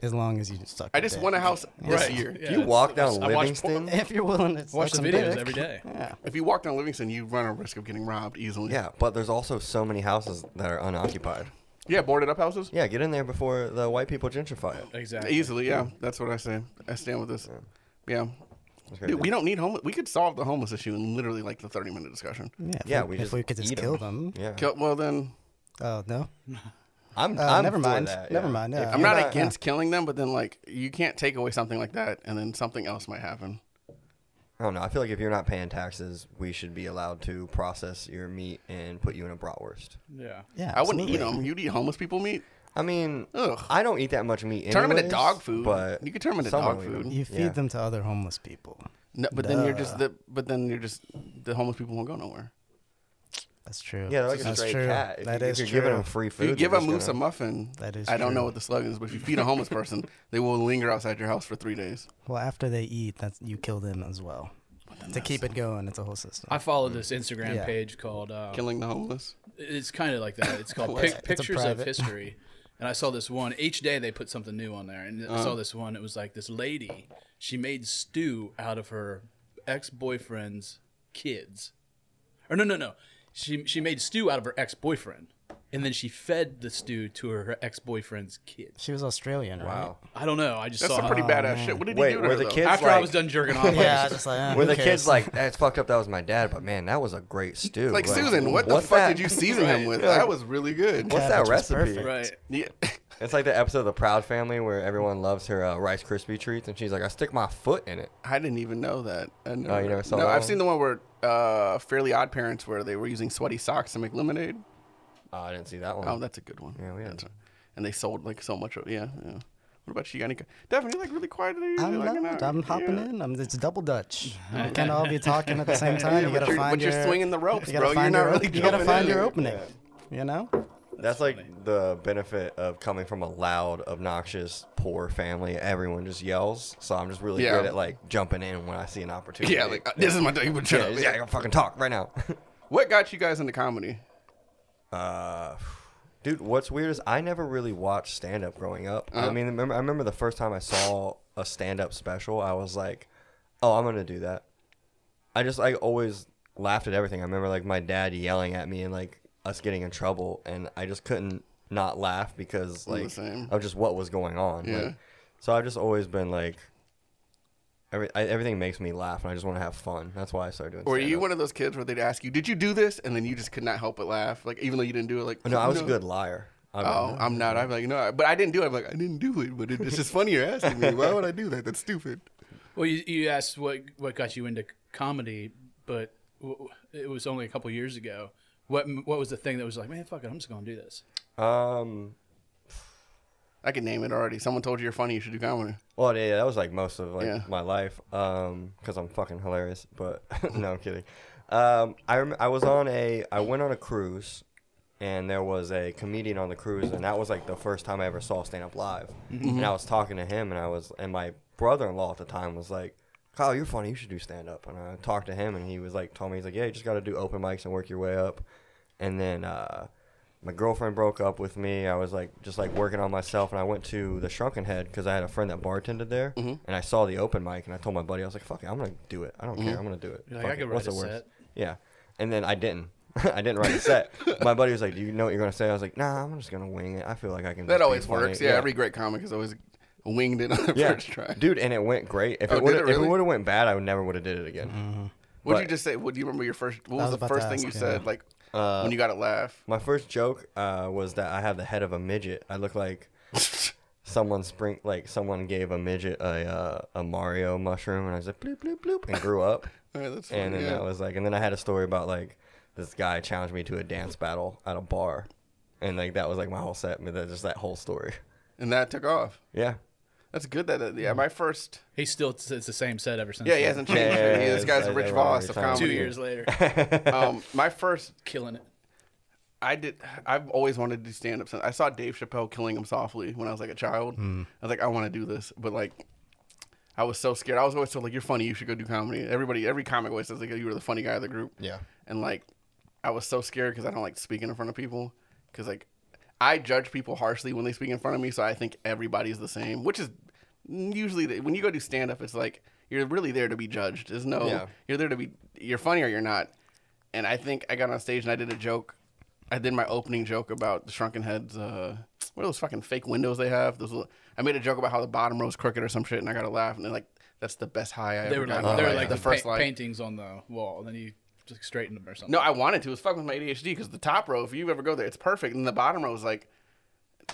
As long as you suck.
I
your
just
dick.
want a house this
Right.
year.
Yeah.
You walk down
I watch porn.
Livingston.
If you're willing to
Watch
suck
the
some
videos
dick.
every day.
Yeah.
If you walk down Livingston, you run a risk of getting robbed easily.
Yeah, but there's also so many houses that are unoccupied.
yeah, boarded up houses.
Yeah, get in there before the white people gentrify it.
Exactly.
Easily, yeah. That's what I say. I stand with this. Yeah.
Okay,
Dude, we don't need homeless. We could solve the homeless issue in literally like the 30 minute discussion.
Yeah, if
Yeah,
we,
we
if
just
we could just
eat 'em.
kill them.
Yeah.
Kill, well, then
Oh no,
I'm,
Uh,
I'm
never
for
mind.
that,
Never
yeah.
mind, yeah.
If
I'm
you're
not, against killing them, but then like you can't take away something like that and then something else might happen.
I don't know. I feel like if you're not paying taxes, we should be allowed to process your meat and put you in a bratwurst.
Yeah.
yeah.
I wouldn't eat
absolutely.
them. You'd eat homeless people meat.
I mean,
Ugh.
I don't eat that much meat.
Turn 'em into
anyways,
dog food.
But
You could turn 'em into
someone
dog
will eat 'em.
food.
You feed
Yeah.
them to other homeless people.
No, but then you're just the. But then you're just the homeless people won't go nowhere.
That's true.
Yeah, they're like a
That's
stray
true.
cat. If,
That
you,
is
if you're giving
true.
them free
If
food,
you give
they're
a
just
moose
gonna-
a muffin,
That is
I don't know
true.
what the slogan is, but if you feed a homeless person, they will linger outside your house for three days.
Well, after they eat, that's you kill them as well. To keep it going, it's a whole system.
I follow this Instagram
Hmm. Yeah.
page called uh,
Killing the homeless.
it's kind of like that. It's called
It's a-
Pic-
it's a
Pictures of
private.
History. And I saw this one. Each day they put something new on there. And
Uh-huh.
I saw this one. It was like this lady, she made stew out of her ex boyfriend's kids. Or no, no, no. She, she made stew out of her ex boyfriend. And then she fed the stew to her ex boyfriend's kids.
She was Australian, right?
Wow.
I do know. I just
That's
saw
some pretty
how-
badass shit. What did
Wait,
he do to
were
her,
the
though?
kids-
After I
like-
was done jerking off, I was
Yeah, I
just-
was just like, eh,
Where
who
the
cares?
kids like, that's fucked up. That was my dad, but man, that was a great stew.
Like Susan, what the
what's
fuck
that-
did you season him with? That was really good.
What's that
Cabbage was
recipe?
perfect.
right.
Yeah.
It's like the episode of The Proud Family where everyone loves her uh, Rice Krispie treats, and she's like, I stick my foot in it.
I didn't even know that. I never,
Oh, you never saw
No,
that
I've
one?
seen the one where uh, Fairly Odd Parents, where they were using sweaty socks to make lemonade.
Uh, I didn't see that one.
Oh, that's a good one.
Yeah, we had
That's
to-
a- and they sold like so much. Of, yeah, yeah. What about you? You Got any? Definitely like really quiet. today?
I'm
like, an
"Oh,
not.
hour.
I'm hopping
Yeah.
in. I'm, it's double Dutch. We can't all be talking at the same time. you
but
gotta
you're-
find
but you're
your,
swinging the ropes,
you gotta
bro. You're
find
not
your
really
op- you gotta
jumping
find
in.
your opening. You know.
That's like the benefit of coming from a loud, obnoxious, poor family. Everyone just yells. So I'm just really
Yeah.
good at like jumping in when I see an opportunity.
Yeah, like uh, this is my day. But shut
yeah,
up.
yeah, I can fucking talk right now.
What got you guys into comedy?
Uh, dude, what's weird is I never really watched stand up growing up. I
Uh-huh.
mean, remember I remember the first time I saw a stand up special, I was like, "Oh, I'm gonna do that." I just I always laughed at everything. I remember like my dad yelling at me and like us getting in trouble, and I just couldn't not laugh because
the
like
same.
of just what was going on.
Yeah.
Like, so I've just always been like. Every, I, everything makes me laugh, and I just want to have fun. That's why I started doing.
Or Were you
stand-up.
one of those kids where they'd ask you, "Did you do this?" and then you just could not help but laugh, like even though you didn't do it. Like
No, I was a good liar. I
Oh, I'm not. I'm like no, but I didn't do it. I'm like I didn't do it, but it, it's just funny you're asking me. Why would I do that? That's stupid.
Well, you, you asked what what got you into comedy, but w- it was only a couple years ago. What what was the thing that was like, man, fuck it, I'm just gonna do this.
Um,
I can name it already. Someone told you you're funny. You should do comedy.
Well, yeah, that was like most of like
Yeah.
my life, um, because I'm fucking hilarious. But no, I'm kidding. Um, I rem- I was on a I went on a cruise, and there was a comedian on the cruise, and that was like the first time I ever saw stand up live. And I was talking to him, and I was and my brother in law at the time was like, "Kyle, you're funny. You should do stand up." And I talked to him, and he was like, told me he's like, "Yeah, you just got to do open mics and work your way up." And then uh, my girlfriend broke up with me. I was like just like working on myself, and I went to the Shrunken Head because I had a friend that bartended there,
Mm-hmm.
and I saw the open mic, and I told my buddy, I was like, "Fuck it, I'm gonna do it. I don't
Mm-hmm.
care. I'm gonna do it.
You're like,
Fuck
I
it.
could
What's
write
the
a
worst?"
set.
Yeah, and then I didn't. I didn't write a set. my buddy was like, "Do you know what you're gonna say?" I was like, "Nah, I'm just gonna wing it. I feel like I can." just
That
be
always
funny."
works. Yeah, every great comic is always winged it on the
yeah,
first try.
dude, and it went great. If
Oh,
it
did
would
it
have
really? Mm-hmm.
would have went bad, I would never would have did it again.
What did you
But-
just say? What do you remember your first? What was,
was
the
about to
first thing you
ask, yeah.
said? Like when you got a laugh.
My first joke uh, was that I have the head of a midget. I look like someone spring like someone gave a midget a uh, a Mario mushroom, and I was like bloop bloop bloop, and grew up.
Yeah, that's funny,
and then
yeah.
that was like, and then I had a story about like this guy challenged me to a dance battle at a bar, and like that was like my whole set, but that's just that whole story.
and that took off.
Yeah,
That's good. That, that- yeah, my first.
He still it's the same set ever since.
Yeah, he
then.
hasn't changed.
Yeah,
He- this
it's
guy's
like
Rich
everyone
Voss of
every time.
comedy.
Two years later,
Um, my first
killing it.
I did. I've always wanted to do stand up. Since I saw Dave Chappelle killing him softly when I was like a child. I was like, I want to do this, but like, I was so scared. I was always so like, you're funny. You should go do comedy. Everybody, every comic always says like, you were the funny guy of the group.
Yeah.
And like, I was so scared because I don't like speaking in front of people because like, I judge people harshly when they speak in front of me. So I think everybody's the same, which is usually the, when you go do stand up, it's like you're really there to be judged. There's no
Yeah.
you're there to be you're funny or you're not. And I think I got on stage and I did a joke. I did my opening joke about the Shrunken Heads. Uh, what are those fucking fake windows they have? Those. little- I made a joke about how the bottom row's crooked or some shit, and I got a laugh. And they're like, "That's the best high I
They
ever
were
got."
like they were
Like,
like
the first
pa-
line.
paintings on the wall, and then you just straightened them or something.
No, I wanted to. It was fucking with my ADHD because the top row, if you ever go there, it's perfect. And the bottom row is like,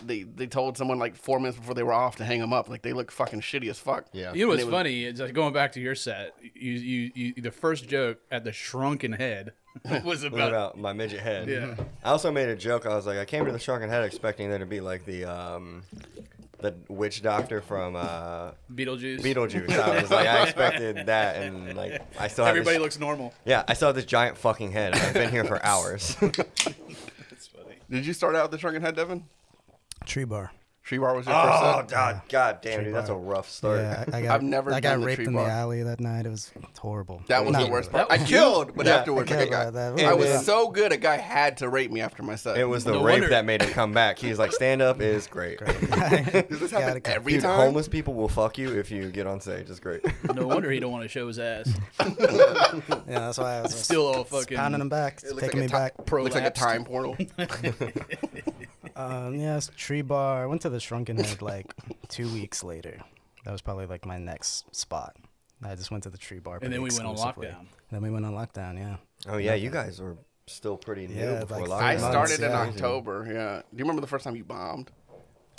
they they told someone like four minutes before they were off to hang them up. Like they look fucking shitty as fuck. Yeah.
You know what's funny? It's like going back to your set. You, you, you, the first joke at the shrunken head was
What
about,
about my midget head.
Yeah.
I also made a joke. I was like, I came to the Shark and Head expecting there to be like the um, the witch doctor from uh,
Beetlejuice.
Beetlejuice. I was like, I expected that, and like, I still have
Everybody
this,
looks normal.
Yeah, I still have this giant fucking head. I've been here for hours.
That's funny.
Did you start out with the Shrunken Head, Devin?
Tree bar.
Tree Bar was your first
Oh,
set?
god, god damn, dude, that's a rough story.
Yeah, I, I got.
I've never
I
done
got
the
raped
tree
in
bar.
the alley that night. It was horrible.
That was
Not
the worst
really.
part. I killed, but
Yeah.
afterwards,
I
like, I,
killed
got-
that.
I
That
was
was-
so good. A guy had to rape me after my set.
It was the
No
rape
wonder-
that made him come back. He's like, stand up is great.
Does this happen
gotta-
every
Dude,
time?
homeless people will fuck you if you get on stage. It's great.
No wonder he don't want to show his ass.
Yeah, that's why I was
Still all fucking
pounding them back,
It
taking
looks like
me
a ti-
back.
Looks like a
prolapsed.
time portal.
Um, yeah, it's tree bar. I went to the Shrunken Head like two weeks later. That was probably like my next spot. I just went to the tree bar.
And then
pretty
we went on
exclusively.
lockdown.
Then we went on lockdown. Yeah.
Oh yeah, you guys were still pretty new
Yeah,
before
like
lockdown.
I
Months,
started in
yeah.
October. Yeah. Do you remember the first time you bombed?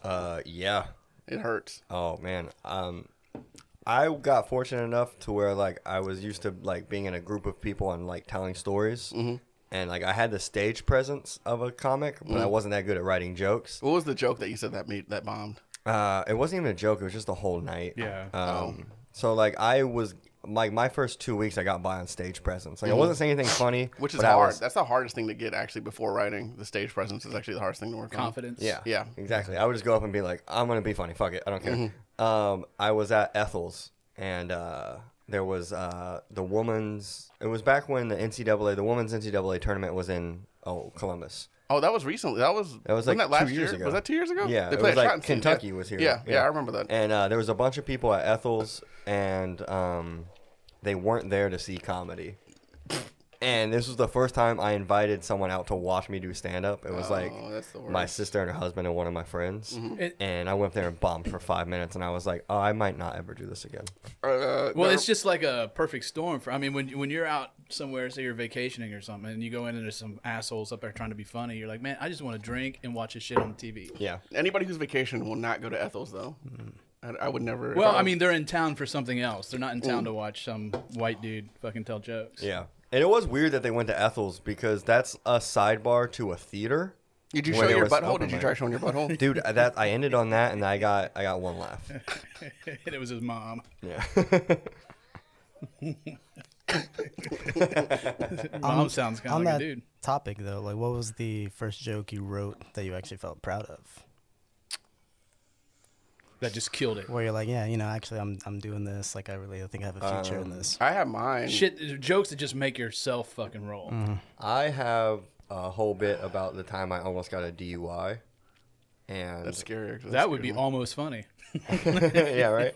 Uh, yeah.
It hurts.
Oh man, um, I got
Mm-hmm.
fortunate enough to where like I was used to like being in a group of people and like telling stories, and like I had the stage presence of a comic, but
Mm-hmm.
I wasn't that good at writing jokes.
What was the joke that you said that made that bombed?
Uh, it wasn't even a joke; it was just the whole night.
Yeah.
Oh.
Um, so like I was like my first two weeks, I got by on stage presence. Like I wasn't saying anything funny,
Mm-hmm. Which is
but I
hard.
was-
That's the hardest thing to get actually before writing. The stage presence is actually the hardest thing to work on.
Confidence.
yeah,
Yeah.
exactly. I would just go up and be like, "I'm gonna be funny. Fuck it, I don't care." Um, I was at Ethel's, and uh, there was uh, the woman's. It was back when the NCAA, the women's NCAA tournament was in oh Columbus.
Oh, that was recently. That was
That was
wasn't
like
that last
two years
year?
ago.
Was that two years ago?
Yeah,
they
it
played
was
at
like
Shotton Stadium.
Kentucky
Yeah.
was here.
Yeah, yeah, I remember that.
And uh, there was a bunch of people at Ethel's, and um, they weren't there to see comedy. And this was the first time I invited someone out to watch me do stand up. It was like
Oh, that's the Mm-hmm.
my sister and her husband and one of my friends. And I went up there and bombed for five minutes, and I was like, oh, I might not ever do this again.
Uh,
Well,
there-
it's just like a perfect storm for. I mean, when when you're out somewhere, say you're vacationing or something, and you go in and there's some assholes up there trying to be funny, you're like, man, I just want to drink and watch this shit on TV.
Yeah.
anybody who's vacationed will not go to Ethel's though.
Hmm.
I, I would never. if
Well,
was-
I mean, they're in town for something else. They're not in town to watch some white dude fucking tell jokes.
Yeah. And it was weird that they went to Ethel's because that's a sidebar to a theater.
did you
when
show
there
your
was
butthole?
open
Did you
mic.
try showing your butthole?
Dude, that I ended on that, and I got I got one laugh.
and it was his mom.
Yeah.
Mom sounds kind of
On
like
that
a dude.
topic though, like what was the first joke you wrote that you actually felt proud of?
That just killed it.
Where you're like, yeah, you know, actually, I'm I'm doing this. Like, I really think I have a future
Um,
in this.
I have mine.
Shit, jokes that just make yourself fucking roll.
Mm,
I have a whole bit about the time I almost got a DUI, and
That's scary. actually. That's
That would be almost funny.
yeah, right.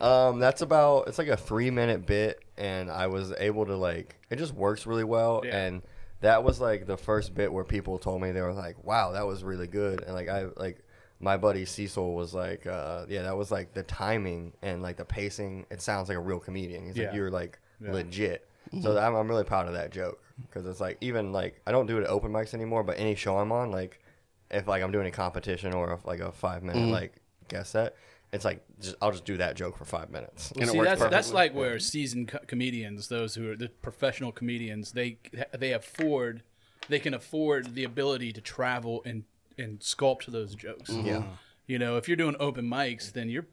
Um, that's about it's like a three minute bit, and I was able to like it just works really well,
Yeah.
and that was like the first bit where people told me they were like, "Wow, that was really good," and like I like my buddy Cecil was like, uh, "Yeah, that was like the timing and like the pacing. It sounds like a real comedian." He's
Yeah.
like, "You're like legit." So I'm, I'm really proud of that joke because it's like even like I don't do it at open mics anymore, but any show I'm on, like if like I'm doing a competition or if, like a five minute like guess set, it's like just, I'll just do that joke for five minutes.
And it
See,
works
that's that's
perfectly.
like where seasoned co- comedians, those who are the professional comedians, they they afford, they can afford the ability to travel and and sculpt those jokes. Yeah, you know, if you're doing open mics, then you're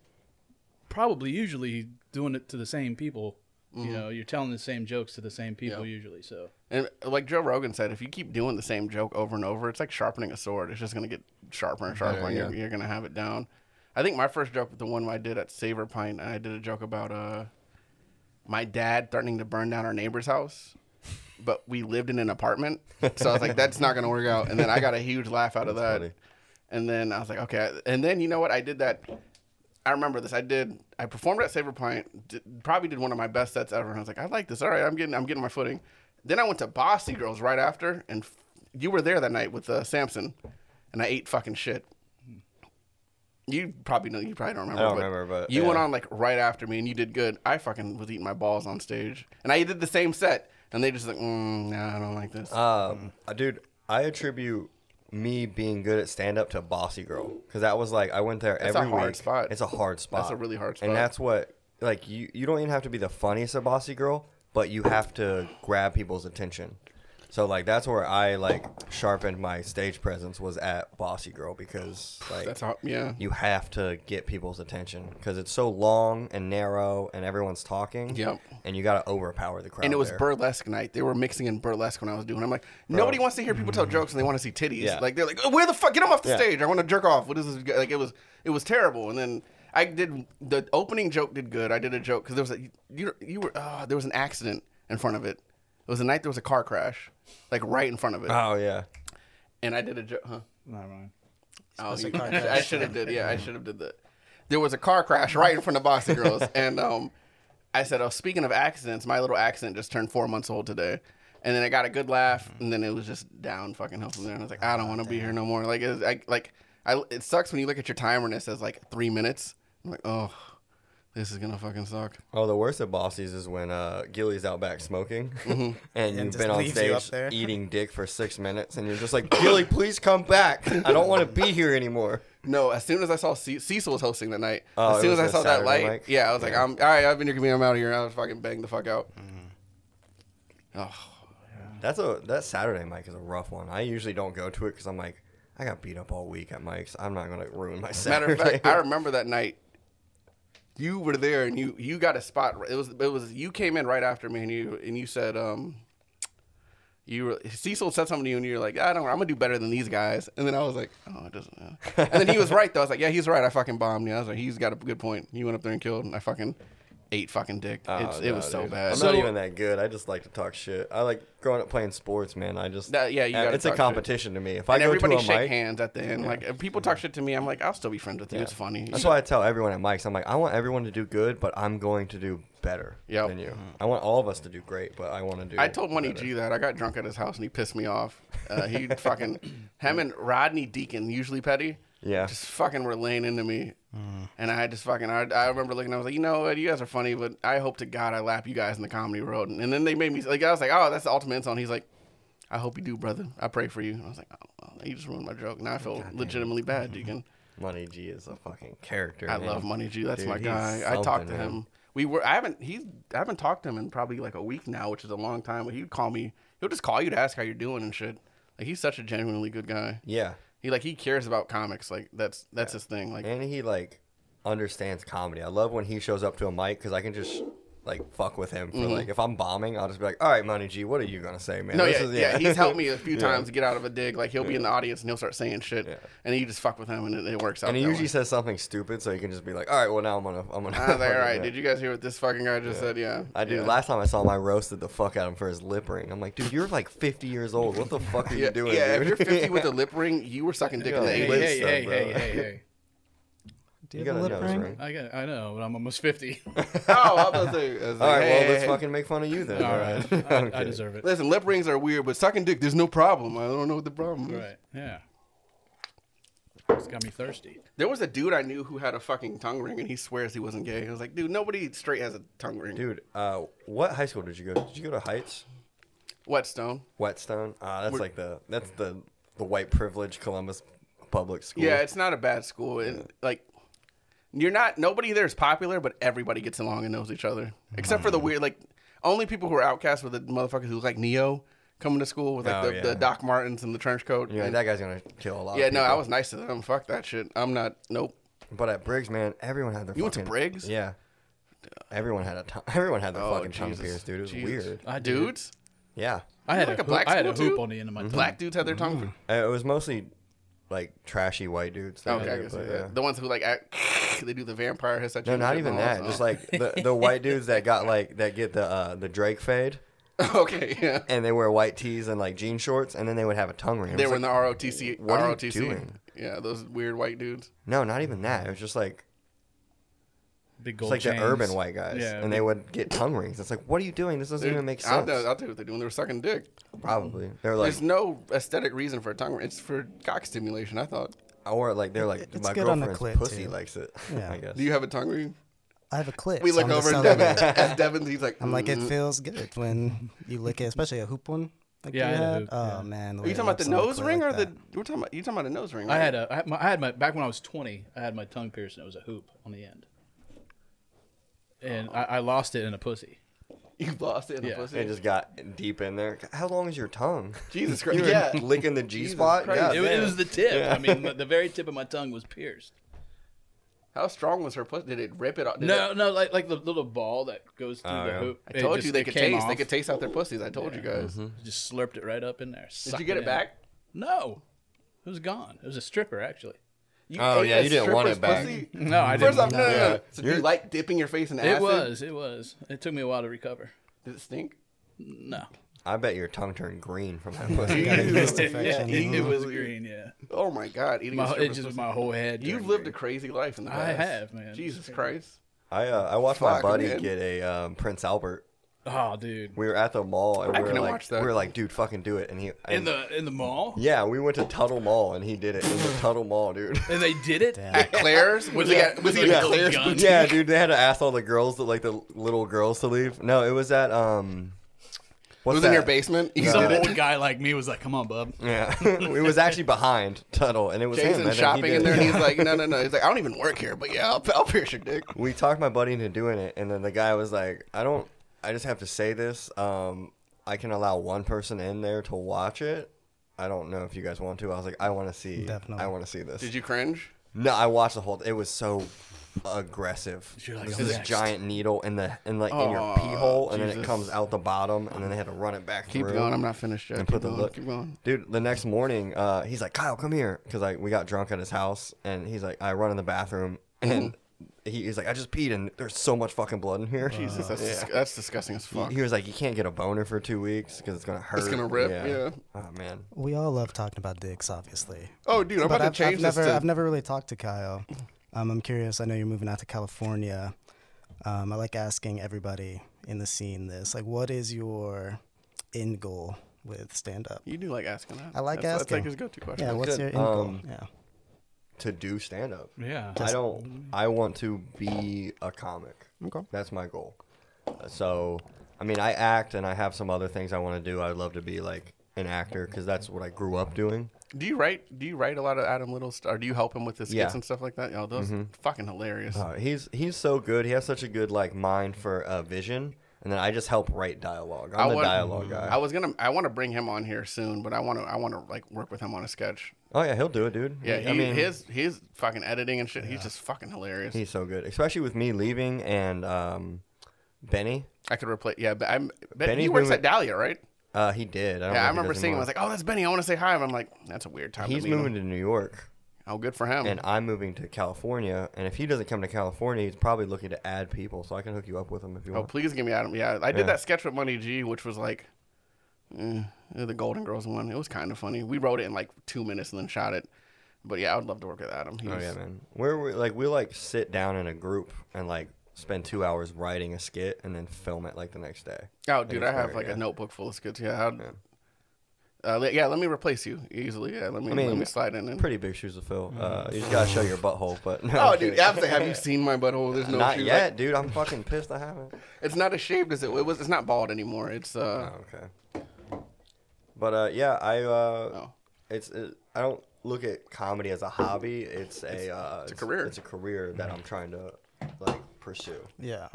probably usually doing it to the same people. You know, you're telling the same jokes to the same people usually. So
And like Joe Rogan said, if you keep doing the same joke over and over, it's like sharpening a sword. It's just gonna get sharper and sharper, and you're, you're gonna have it down. I think my first joke, the one I did at Savor Pint, I did a joke about uh, my dad threatening to burn down our neighbor's house, but we lived in an apartment, so I was like, that's not gonna work out. And then I got a huge laugh out of that.
funny.
And then I was like, okay. And then you know what? I did that. I remember this. I did. I performed at Saber Pint. Did, probably did one of my best sets ever. And I was like, I like this. All right, I'm getting. I'm getting my footing. Then I went to Bossy Girls right after, and f- you were there that night with uh, Samson, and I ate fucking shit. You probably know. You probably don't remember.
I don't remember, but,
you went
yeah.
on like right after me, and you did good. I fucking was eating my balls on stage, and I did the same set, and they just like, mm, nah, I don't like this.
Um, uh, dude, I attribute me being good at stand up to Bossy Girl because that was like I went there
That's a
every
hard
week.
spot.
It's a hard spot.
a really hard spot.
And that's what like you you don't even have to be the funniest at Bossy Girl, but you have to grab people's attention. So like that's where I like sharpened my stage presence was at Bossy Girl because like
That's how. Yeah.
you have to get people's attention because it's so long and narrow and everyone's talking.
Yep.
And you got to overpower the crowd.
and it was
there.
burlesque night. They were mixing in burlesque when I was doing. it. I'm like, nobody wants to hear people tell jokes and they want to see titties.
Yeah.
Like they're like, "Oh, where the fuck? Get them off the
Yeah.
stage. I want to jerk off. What is this? guy-" Like it was, it was terrible. And then I did the opening joke did good. I did a joke because there was a you you were uh, there was an accident in front of it. It was a night there was a car crash, like right in front of it.
Oh yeah.
and I did a joke. Huh?
never mind.
Oh, you, I should have did. Yeah, I should have did that. There was a car crash right in front of Bossy Girls, and um, I said, "Oh, speaking of accidents, my little accident just turned four months old today." And then I got a good laugh, and then it was just down fucking hill from there. And I was like, "I don't want to be here no more." Like, it's, I, like, I, it sucks when you look at your timer and it says like three minutes. I'm like, "Oh, this is gonna fucking suck."
Oh, the worst of Bossy's is when uh, Gilly's out back smoking,
Mm-hmm.
and you've
just
been on
leaves you
stage
up there.
eating dick for six minutes, and you're just like, Gilly, please come back. I don't want to be here anymore.
No, as soon as I saw Ce- Cecil was hosting that night,
Oh,
as
it
soon as
was
I
the
saw that
Saturday
light,
mic?
yeah, I was like, "I'm all right. I've been your comedian. I'm out of here." And I was fucking banged the fuck out. Oh,
That's a that Saturday Mike is a rough one. I usually don't go to it because I'm like I got beat up all week at Mike's. I'm not gonna ruin my
Matter
Saturday.
of fact, I remember that night. You were there, and you you got a spot. It was it was you came in right after me, and you and you said um. You were, Cecil said something to you, and you're like, I don't. I'm gonna do better than these guys. And then I was like, Oh, it doesn't. Matter. And then he was right though. I was like, Yeah, he's right. I fucking bombed you. I was like, He's got a good point. You went up there and killed, and I fucking ate fucking dick. it's, it
Oh, no,
was so
dude.
bad.
I'm
So-
not even that good. I just like to talk shit. I like growing up playing sports, man. I just
That- yeah, you
uh,
gotta
It's a
talk shit.
competition to me. If I
and
go to
everybody
a
shake
Mike,
hands at the end. Like if people talk shit to me, I'm like, I'll still be friends with you. It's funny.
that's why I tell everyone at Mike's. I'm like, I want everyone to do good, but I'm going to do better
Yep.
than you. I want all of us to do great, but I want to do.
I told Money
better.
G that I got drunk at his house and he pissed me off. Uh, he fucking him and Rodney Deacon, usually petty,
Yeah.
just fucking were laying into me, and I just fucking I, I remember looking. I was like, you know what, you guys are funny, but I hope to God I lap you guys in the comedy road. And, then they made me like I was like, oh, that's the ultimate insult. And he's like, I hope you do, brother. I pray for you. And I was like, oh, well, you just ruined my joke. Now I feel legitimately bad, Deacon.
Money G is a fucking character.
I
man.
love Money G. That's
Dude,
my
he's
guy. I talked
something,
to
man.
him. We were. I haven't. He's. I haven't talked to him in probably like a week now, which is a long time. But he'd call me. He'll just call you to ask how you're doing and shit. Like he's such a genuinely good guy.
Yeah,
He like he cares about comics. Like that's that's his thing. Like
and he like understands comedy. I love when he shows up to a mic because I can just like fuck with him for like if I'm bombing, I'll just be like, all right, Money G, what are you gonna say,
Mm-hmm.
man?
no,
This
yeah,
is-
yeah. He's helped me a few times get out of a dig. Like he'll be in the audience and he'll start saying shit, and you just fuck with him and it, it works out.
and he
that
usually
way. Ah,
says something stupid, so he can just be like, all right, well now I'm gonna, I'm gonna.
I was like, all right,
Yeah.
did you guys hear what this fucking guy just said? Yeah,
I do.
Yeah.
Last time I saw him, I roasted the fuck out of him for his lip ring. I'm like, dude, you're like 50 years old. What the fuck are you
Yeah,
doing?
yeah, if
dude?
you're 50 with a lip ring, you were sucking dick in the
Hey,
Yeah.
80s.
Liz
hey,
said,
hey,
bro.
hey, hey, hey.
Do
You
you,
got
have
a
a lip
nose
ring?
ring.
I got, I know, but I'm almost fifty.
Oh, I was about to say, I was
All
like,
right,
hey,
well, let's
hey, hey.
fucking make fun of you then.
All right, I, I
Okay.
deserve it.
Listen, lip rings are weird, but sucking dick, there's no problem. I don't know what the problem is.
Right, yeah. It's got me thirsty.
There was a dude I knew who had a fucking tongue ring, and he swears he wasn't gay. I was like, dude, nobody straight has a tongue ring.
Dude, uh, what high school did you go? Did you go to Heights?
Whetstone.
Whetstone? Ah, that's like the that's the the white privilege Columbus public school.
Yeah, it's not a bad school, and like, you're not nobody there is popular, but everybody gets along and knows each other, except for the weird like only people who are outcasts were the motherfuckers who look like Neo coming to school with like
Oh,
the,
yeah.
the Doc Martens and the trench coat.
You know,
and-
that guy's gonna kill a lot.
yeah,
of
no, I
people.
was nice to them. Fuck that shit. I'm not. Nope.
But at Briggs, man, everyone had their.
You went to
fucking,
Briggs?
Yeah. Everyone had a tongue. Everyone had their
Oh,
fucking tongue
Jesus.
pierced, dude. It was
Jesus.
weird.
I did.
Dudes,
Yeah.
I had
like
a,
a black
hoop, I had a
school,
hoop
too?
on the end of my
black dudes had their tongue.
Uh, It was mostally like trashy white dudes. that
Okay,
did
I
it,
guess
but,
yeah. the ones who like act, they do the vampire hiss. at you
No,
and
not
shit
even
and all
that. Just like the, the white dudes that got like that get the uh, the Drake fade,
okay, yeah.
and they wear white tees and like jean shorts, and then they would have a tongue ring. It
They
was
were in
like-
the ROTC.
what are you
ROTC.
doing?
Yeah, those weird white dudes.
no, not even that. It was just like
Big
it's
gold
like
chains.
the urban white guys,
Yeah,
and they would get tongue rings. It's like, what are you doing? This doesn't even make
I'll,
sense.
tell- I'll tell you what they're doing. They're sucking dick.
Probably they're like,
There's no aesthetic reason for a tongue ring. It's for cock stimulation. I thought.
or like they're like,
It's
my
good on the
girlfriend's
clit,
pussy
too."
likes it.
Yeah.
I guess.
Do you have a tongue ring?
I have a clip.
We
so
look
I'm just
over at
telling
Devin.
you.
As Devin's, he's like,
I'm like, it
"Mm."
feels good when you lick it, especially a hoop one. Like
Yeah,
you
I had a
had.
hoop,
oh
yeah.
man, the
Are
way
you
it
talking about
looks
the
on a
nose
clit
ring
like
or the?
that.
We're talking about you talking about a nose ring.
I
right?
had a I had my, I had my back when I was 20. I had my tongue pierced and it was a hoop on the end, and I, I lost it in a pussy.
You lost it in
Yeah.
the pussy.
It just got deep in there. How long is your tongue?
Jesus
You
Christ.
were
Yeah.
licking the G spot.
Christ.
Yeah,
It, was- it
damn.
was the tip. I mean, the- the very tip of my tongue was pierced.
How strong was her pussy? Did it rip it off? Did
No,
it-
no, like like the little ball that goes through
Oh,
the
yeah.
hoop.
I told you they could taste. They
taste.
could taste out their pussies. I told you guys.
Mm-hmm.
Just slurped it right up in there.
Did
sucked
you get it
in.
back?
No, it was gone. It was a stripper actually.
You
Oh,
ate
yeah,
a
you didn't want it
stripper's
back.
pussy?
No, I didn't.
Mm-hmm. First off, no, no,
Yeah.
no. So do you like dipping your face in acid?
It was. It was. It took me a while to recover.
Did it stink?
No.
I bet your tongue turned green from that pussy.
Got a yeast
Yeah,
infection.
it, it was green. Yeah.
Oh my God, eating a
My, Uh, it
stripper's
just
pussy.
my whole head.
You've
turned
lived
green.
a crazy life in the
I
past.
have, man.
Jesus Christ.
I uh, I watched my
Fuck,
buddy
man.
get a um, Prince Albert.
Oh, dude.
We were at the mall and we were
couldn't
like,
watch that.
we were like, dude, fucking do it. And he
In
and-
the in the mall,
yeah, we went to Tuttle Mall and he did it in the Tuttle Mall, dude.
and they did it.
At Claire's? Was he at, was he
With
at
a
Claire's?
gun.
yeah, dude, they had to ask all the girls, to, like the little girls, to leave. No, it was at um,
It
what's
was in your
that?
basement. You
Some
did it.
old guy like me was like, "Come on, bub."
Yeah, it was actually behind Tuttle, and it was him. I
Jason
think he
shopping
did
in there,
it.
and he's like, no, no, no. He's like, I don't even work here, but yeah, I'll, I'll pierce your dick.
we talked my buddy into doing it, and then the guy was like, "I don't, I just have to say this. Um, I can allow one person in there to watch it. I don't know if you guys want to. I was like, I want to see.
Definitely.
I want to see this.
Did you cringe?
No, I watched the whole. It was so aggressive.
You're like,
It was
"I'm
this
next."
giant needle in the in like in
Oh,
your pee hole, and then
Jesus.
it comes out the bottom, and then they had to run it back
Keep
through.
going. I'm not finished yet.
and
Keep
put the
going,
look.
Keep going.
Dude, the next morning, uh, he's like, Kyle, come here, because like we got drunk at his house, and he's like, I run in the bathroom, and he, he's like, I just peed, and there's so much fucking blood in here.
Uh,
Jesus, that's, dis- that's disgusting as fuck.
He, he was like, you can't get a boner for two weeks because it's gonna hurt.
gonna rip, yeah.
Oh man.
We all love talking about dicks, obviously.
Oh, dude, I'm
but
about
I've,
to change
I've
this
never,
to
I've never really talked to Kyle. Um, I'm curious. I know you're moving out to California. Um, I like asking everybody in the scene this. Like, what is your end goal with stand up?
You do like asking that.
I like
that's, That's like
asking.
his go-to question.
Yeah, what's
Good.
your end goal?
Um,
Yeah.
To do stand up.
Yeah.
I don't. I want to be a comic.
Okay.
That's my goal. Uh, So, I mean, I act and I have some other things I want to do. I'd love to be like an actor because that's what I grew up doing.
Do you write? Do you write a lot of Adam Little? St- or do you help him with his skits
Yeah. Mm-hmm.
and stuff like that? Yo, those fucking hilarious.
Uh, he's he's so good. He has such a good like mind for uh, vision. And then I just help write dialogue. I'm the
want- Mm-hmm.
dialogue guy.
I was gonna. I want to bring him on here soon, but I want to. I want to like work with him on a sketch.
oh yeah, he'll do it, dude.
Yeah, he,
I mean,
his his fucking editing and shit. He's just fucking hilarious.
he's so good, especially with me leaving and um, Benny.
I could replace. Yeah, but I'm. Ben, he
Benny's
works
moving-
at Dahlia, right?
Uh, he did. I don't know
Yeah,
if
I
he
remember
does
seeing him. I
anymore.
was like, "Oh, that's Benny. I want to say hi." And I'm like, "That's a weird time."
he's
to meet
moving
Him.
to New York.
Oh, good for him.
and I'm moving to California. And if he doesn't come to California, he's probably looking to add people, so I can hook you up with him if you
oh,
want.
please give me Adam. Yeah, I did
Yeah.
that sketch with Money G, which was like. eh, the Golden Girls one. It was kind of funny. We wrote it in like two minutes and then shot it. But yeah, I would love to work with Adam. He's,
Oh yeah, man. Where we like we like sit down in a group and like spend two hours writing a skit and then film it like the next day.
Oh, dude, I
it's
have
better,
like
yeah.
a notebook full of skits. Yeah, I'd, Uh, le- yeah. Let me replace you easily. Yeah, let me
mean,
let me slide in. And...
Pretty big shoes to fill.
Mm-hmm.
Uh, you just gotta show your butthole, but no,
Oh,
I'm
dude,
kidding.
I'm saying, have you seen my butthole? There's no
not
shoes.
yet, dude. I'm fucking pissed. I haven't.
Like, it's not as shaved as it, it was. It's not bald anymore. It's uh.
Oh, okay. But uh, yeah, I uh,
Oh.
it's it, I don't look at comedy as a hobby. It's a uh, it's,
career.
It's a career that I'm trying to like pursue.
Yeah.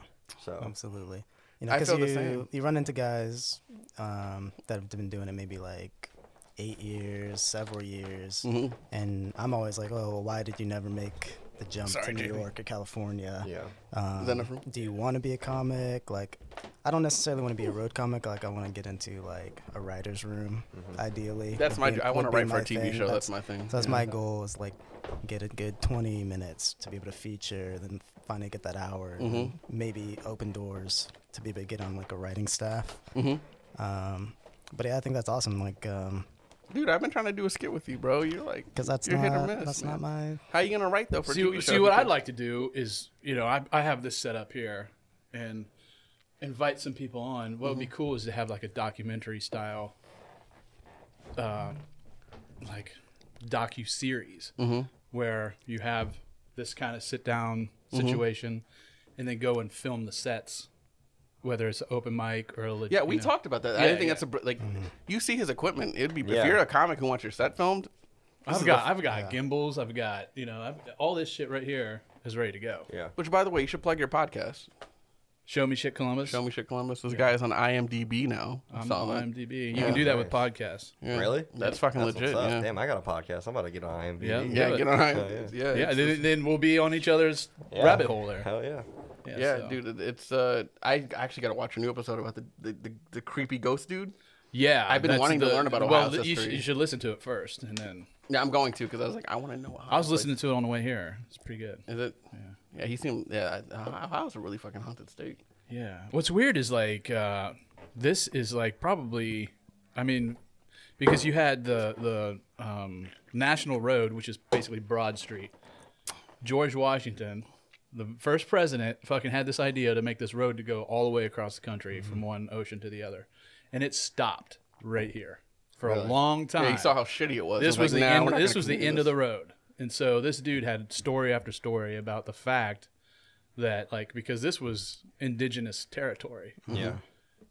So
Absolutely. You know,
I
'cause
feel the
you,
same.
you run into guys um, that have been doing it maybe like eight years, several years,
Mm-hmm.
and I'm always like, oh, well, why did you never make the jump to
Sorry,
New
Jamie.
York or California?
yeah,
Um,
that enough room?
Do you want to be a comic? Like, I don't necessarily want to be a road comic. Like, I want to get into like a writer's room, ideally.
That's
would
my.
be-
I want to
would be
write for a
my
TV
thing.
show. That's, my thing.
So that's
Yeah.
my goal is like get a good 20 minutes to be able to feature, then finally get that hour, and then
Mm-hmm.
maybe open doors to be able to get on like a writing staff. Mm-hmm. Um, but yeah, I think that's awesome. Like, um
Dude, I've been trying to do a skit with you, bro. You're like,
'cause that's
you're
not
hit or miss.
that's
man.
not my
How you gonna write though for a
see,
TV show?
see what I'd like to do is, you know, I, I have this set up here and invite some people on. What would
Mm-hmm.
be cool is to have like a documentary style, uh, like docu series
Mm-hmm.
where you have this kind of sit down
Mm-hmm.
situation and then go and film the sets, whether it's open mic or a legit.
Yeah, we
you know.
talked about that. I
Yeah,
didn't think
yeah.
that's a br- like. You see his equipment. It'd be if
Mm-hmm. Yeah.
you're a comic who wants your set filmed.
I've got, I've got gimbals. I've got, you know, I've, all this shit right here is ready to go.
yeah.
Which, by the way, you should plug your podcast.
Show me shit, Columbus.
Show me shit, Columbus. This guy is on IMDb now. I
I'm
saw that.
on IMDb. You can do that with podcasts.
Yeah.
Really?
That's fucking
That's
legit.
what's up.
Yeah.
Damn, I got a podcast. I'm about to get on IMDb.
Yeah.
Yeah,
Do it.
get on.
Oh,
Yeah,
yeah.
yeah,
Yeah,
it's-
then, then we'll be on each other's
Yeah.
rabbit hole there.
Hell yeah.
Yeah,
yeah,
so-
dude. it- It's uh, I actually got to watch a new episode about the the, the, the creepy ghost dude.
Yeah,
I've been
that's
wanting to learn about
Well,
Ohio's
you, sh-
history.
you should listen to it first, and then
Yeah, I'm going to because I was like, I want to know. How
I was listening to it on the way here. It's pretty good.
Is it? Yeah. he seemed. Yeah, I- Ohio's a really fucking haunted state.
Yeah. What's weird is like uh, this is like probably, I mean, because you had the the um, National Road, which is basically Broad Street. George Washington, the first president, fucking had this idea to make this road to go all the way across the country
Mm-hmm.
from one ocean to the other, and it stopped right here for a long time.
Yeah, you saw how shitty it was.
this
It
was
like,
the
nah, we're
end.
not
This
gonna
was the
continue
end
this.
of the road, and so this dude had story after story about the fact that, like, because this was indigenous territory,
Mm-hmm.
Yeah.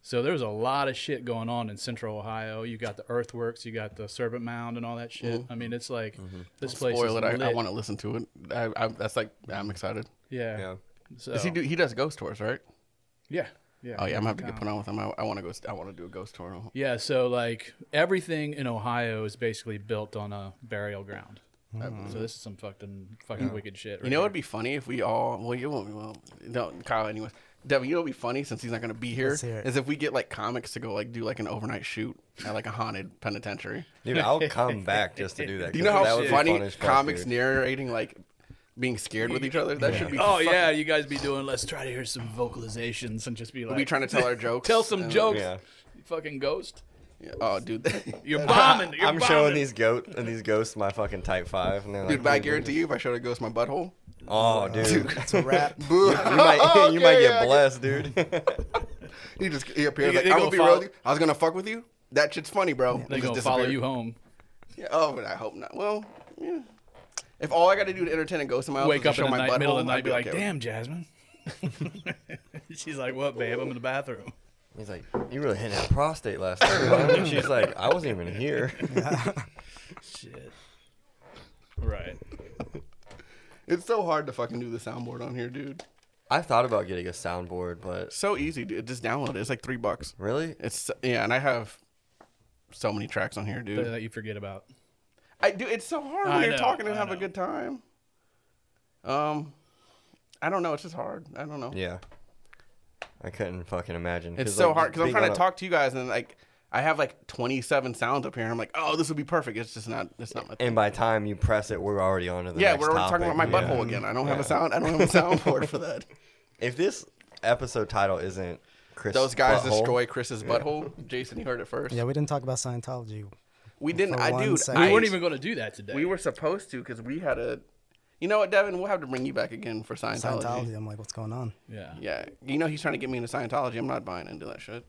so there was a lot of shit going on in Central Ohio. You got the earthworks, you got the Serpent Mound, and all that shit. I mean, it's like this place
Mm-hmm. Spoil
is
it. I,
lit.
I want to listen to it. I, I, that's like I'm excited.
Yeah.
Yeah.
So,
Does he do? He does ghost tours, right?
yeah. Yeah.
Oh yeah, I'm gonna have to get put on with them. I, I want to go. I want to do a ghost tour. on 'em.
Yeah, so like everything in Ohio is basically built on a burial ground. So this is some fucking fucking wicked shit.
You know, it'd be funny if we all. Well, you won't. Well, no, Kyle. Anyways, Devin, you know, what'd be funny since he's not gonna be here
Let's hear it.
is if we get like comics to go like do like an overnight shoot at like a haunted penitentiary.
Dude, I'll come back just to do that.
Do you know
'cause
how
that would be
funny
as fuck,
comics
dude.
narrating like being scared with each other? That should be.
Oh
fucking-
yeah, you guys be doing. Let's try to hear some vocalizations and just be like,
We trying to tell our jokes.
tell some
and-
jokes.
yeah.
You fucking ghost.
Yeah. Oh, dude.
You're bombing. You're
I'm
bombing.
showing these goat and these ghosts my fucking type five, and they're like,
Dude, but I guarantee you, if I showed a ghost my butthole,
Oh, dude,
It's a wrap.
you might you might
Okay,
get
yeah, I
blessed, dude.
he just he appears
They-
like,
they
I'm
go
gonna be
follow-
real with you. I was gonna fuck with you. That shit's funny, bro.
They
Just
go follow
disappear.
you home.
Yeah, oh, but I hope not. Well, yeah. If all I got to do to entertain a ghost in my house
Wake
is
up
show
in the
my
night, middle
butthole,
of the
I'd
night, be like,
okay with
damn, Jasmine. She's like, what, babe? I'm in the bathroom.
He's like, you really hit that prostate last night. And she's like, I wasn't even here.
Shit. Right.
it. It's so hard to fucking do the soundboard on here, dude.
I thought about getting a soundboard, but
So easy, dude. Just download it. It's like three bucks.
really,
It's yeah, and I have so many tracks on here, dude.
That you forget about.
I do. It's so hard when
I
you're
know,
talking and
I
have a
know.
good time. Um, I don't know. It's just hard. I don't know.
yeah. I couldn't fucking imagine.
It's
'Cause,
so
like,
hard because I'm
being
trying
on
to
a-
talk to you guys and like I have like 27 sounds up here. and I'm like, oh, this will be perfect. It's just not. It's not my thing.
And by time you press it, we're already on to the
Yeah,
next
we're already talking about my
topic.
butthole
Yeah.
again. I don't have a sound. I don't have a soundboard for that.
If this episode title isn't Chris,
Those guys
butthole,
destroy Chris's butthole. Jason, you heard it first.
Yeah, we didn't talk about Scientology.
we didn't.
for
I
one
dude,
second.
We
I,
weren't even going to do that today.
We were supposed to because we had a. You know what, Devin? We'll have to bring you back again for Scientology.
Scientology. I'm like, what's going on?
Yeah.
Yeah, you know he's trying to get me into Scientology. I'm not buying into that shit.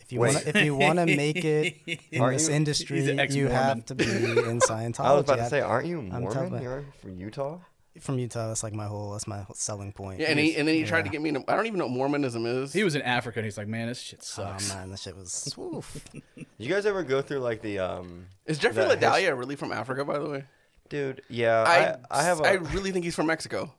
If you want, if you want to make it in
Aren't
this
you-
industry,
he's an
you
ex-Mormon.
have to be in Scientology.
I was about to say, aren't you
I'm
Mormon?
telling you.
You're from Utah.
from Utah. That's like my whole. That's my whole selling point.
Yeah, and he and then he tried to get me into. I don't even know what Mormonism is.
He was in Africa and he's like, man, this shit
Oh
sucks.
man, that shit was. Oof.
You guys ever go through like the um?
is Jeffrey
the
Ladalia really from Africa? By the way,
Dude, yeah, I, I, have a
I really think he's from Mexico.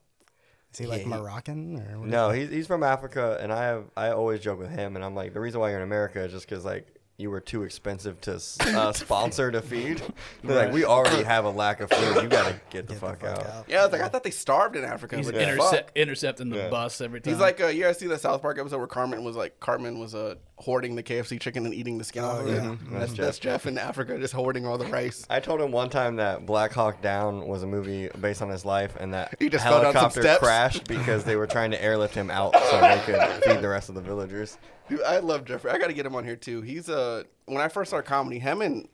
Is he like Moroccan or what?
no. He's he's from Africa, and I have I always joke with him, and I'm like, the reason why you're in America is just because like you were too expensive to s- uh, sponsor to feed. They're Like we already have a lack of food, you gotta get the, fuck, out.
Yeah, I was like, I thought they starved in Africa.
He's
What the
interce-
fuck?
intercepting the bus every time.
He's like, uh, you guys see that South Park episode where Carmen was like, Carmen was uh, hoarding the KFC chicken and eating the skin off of it. Oh, Mm-hmm. That's,
Jeff.
that's Jeff in Africa just hoarding all the rice.
I told him one time that Black Hawk Down was a movie based on his life, and that
He just fell down some
helicopter
steps.
crashed because they were trying to airlift him out so they could feed the rest of the villagers.
Dude, I love Jeffrey. I got to get him on here too. He's uh, when I first started comedy, him and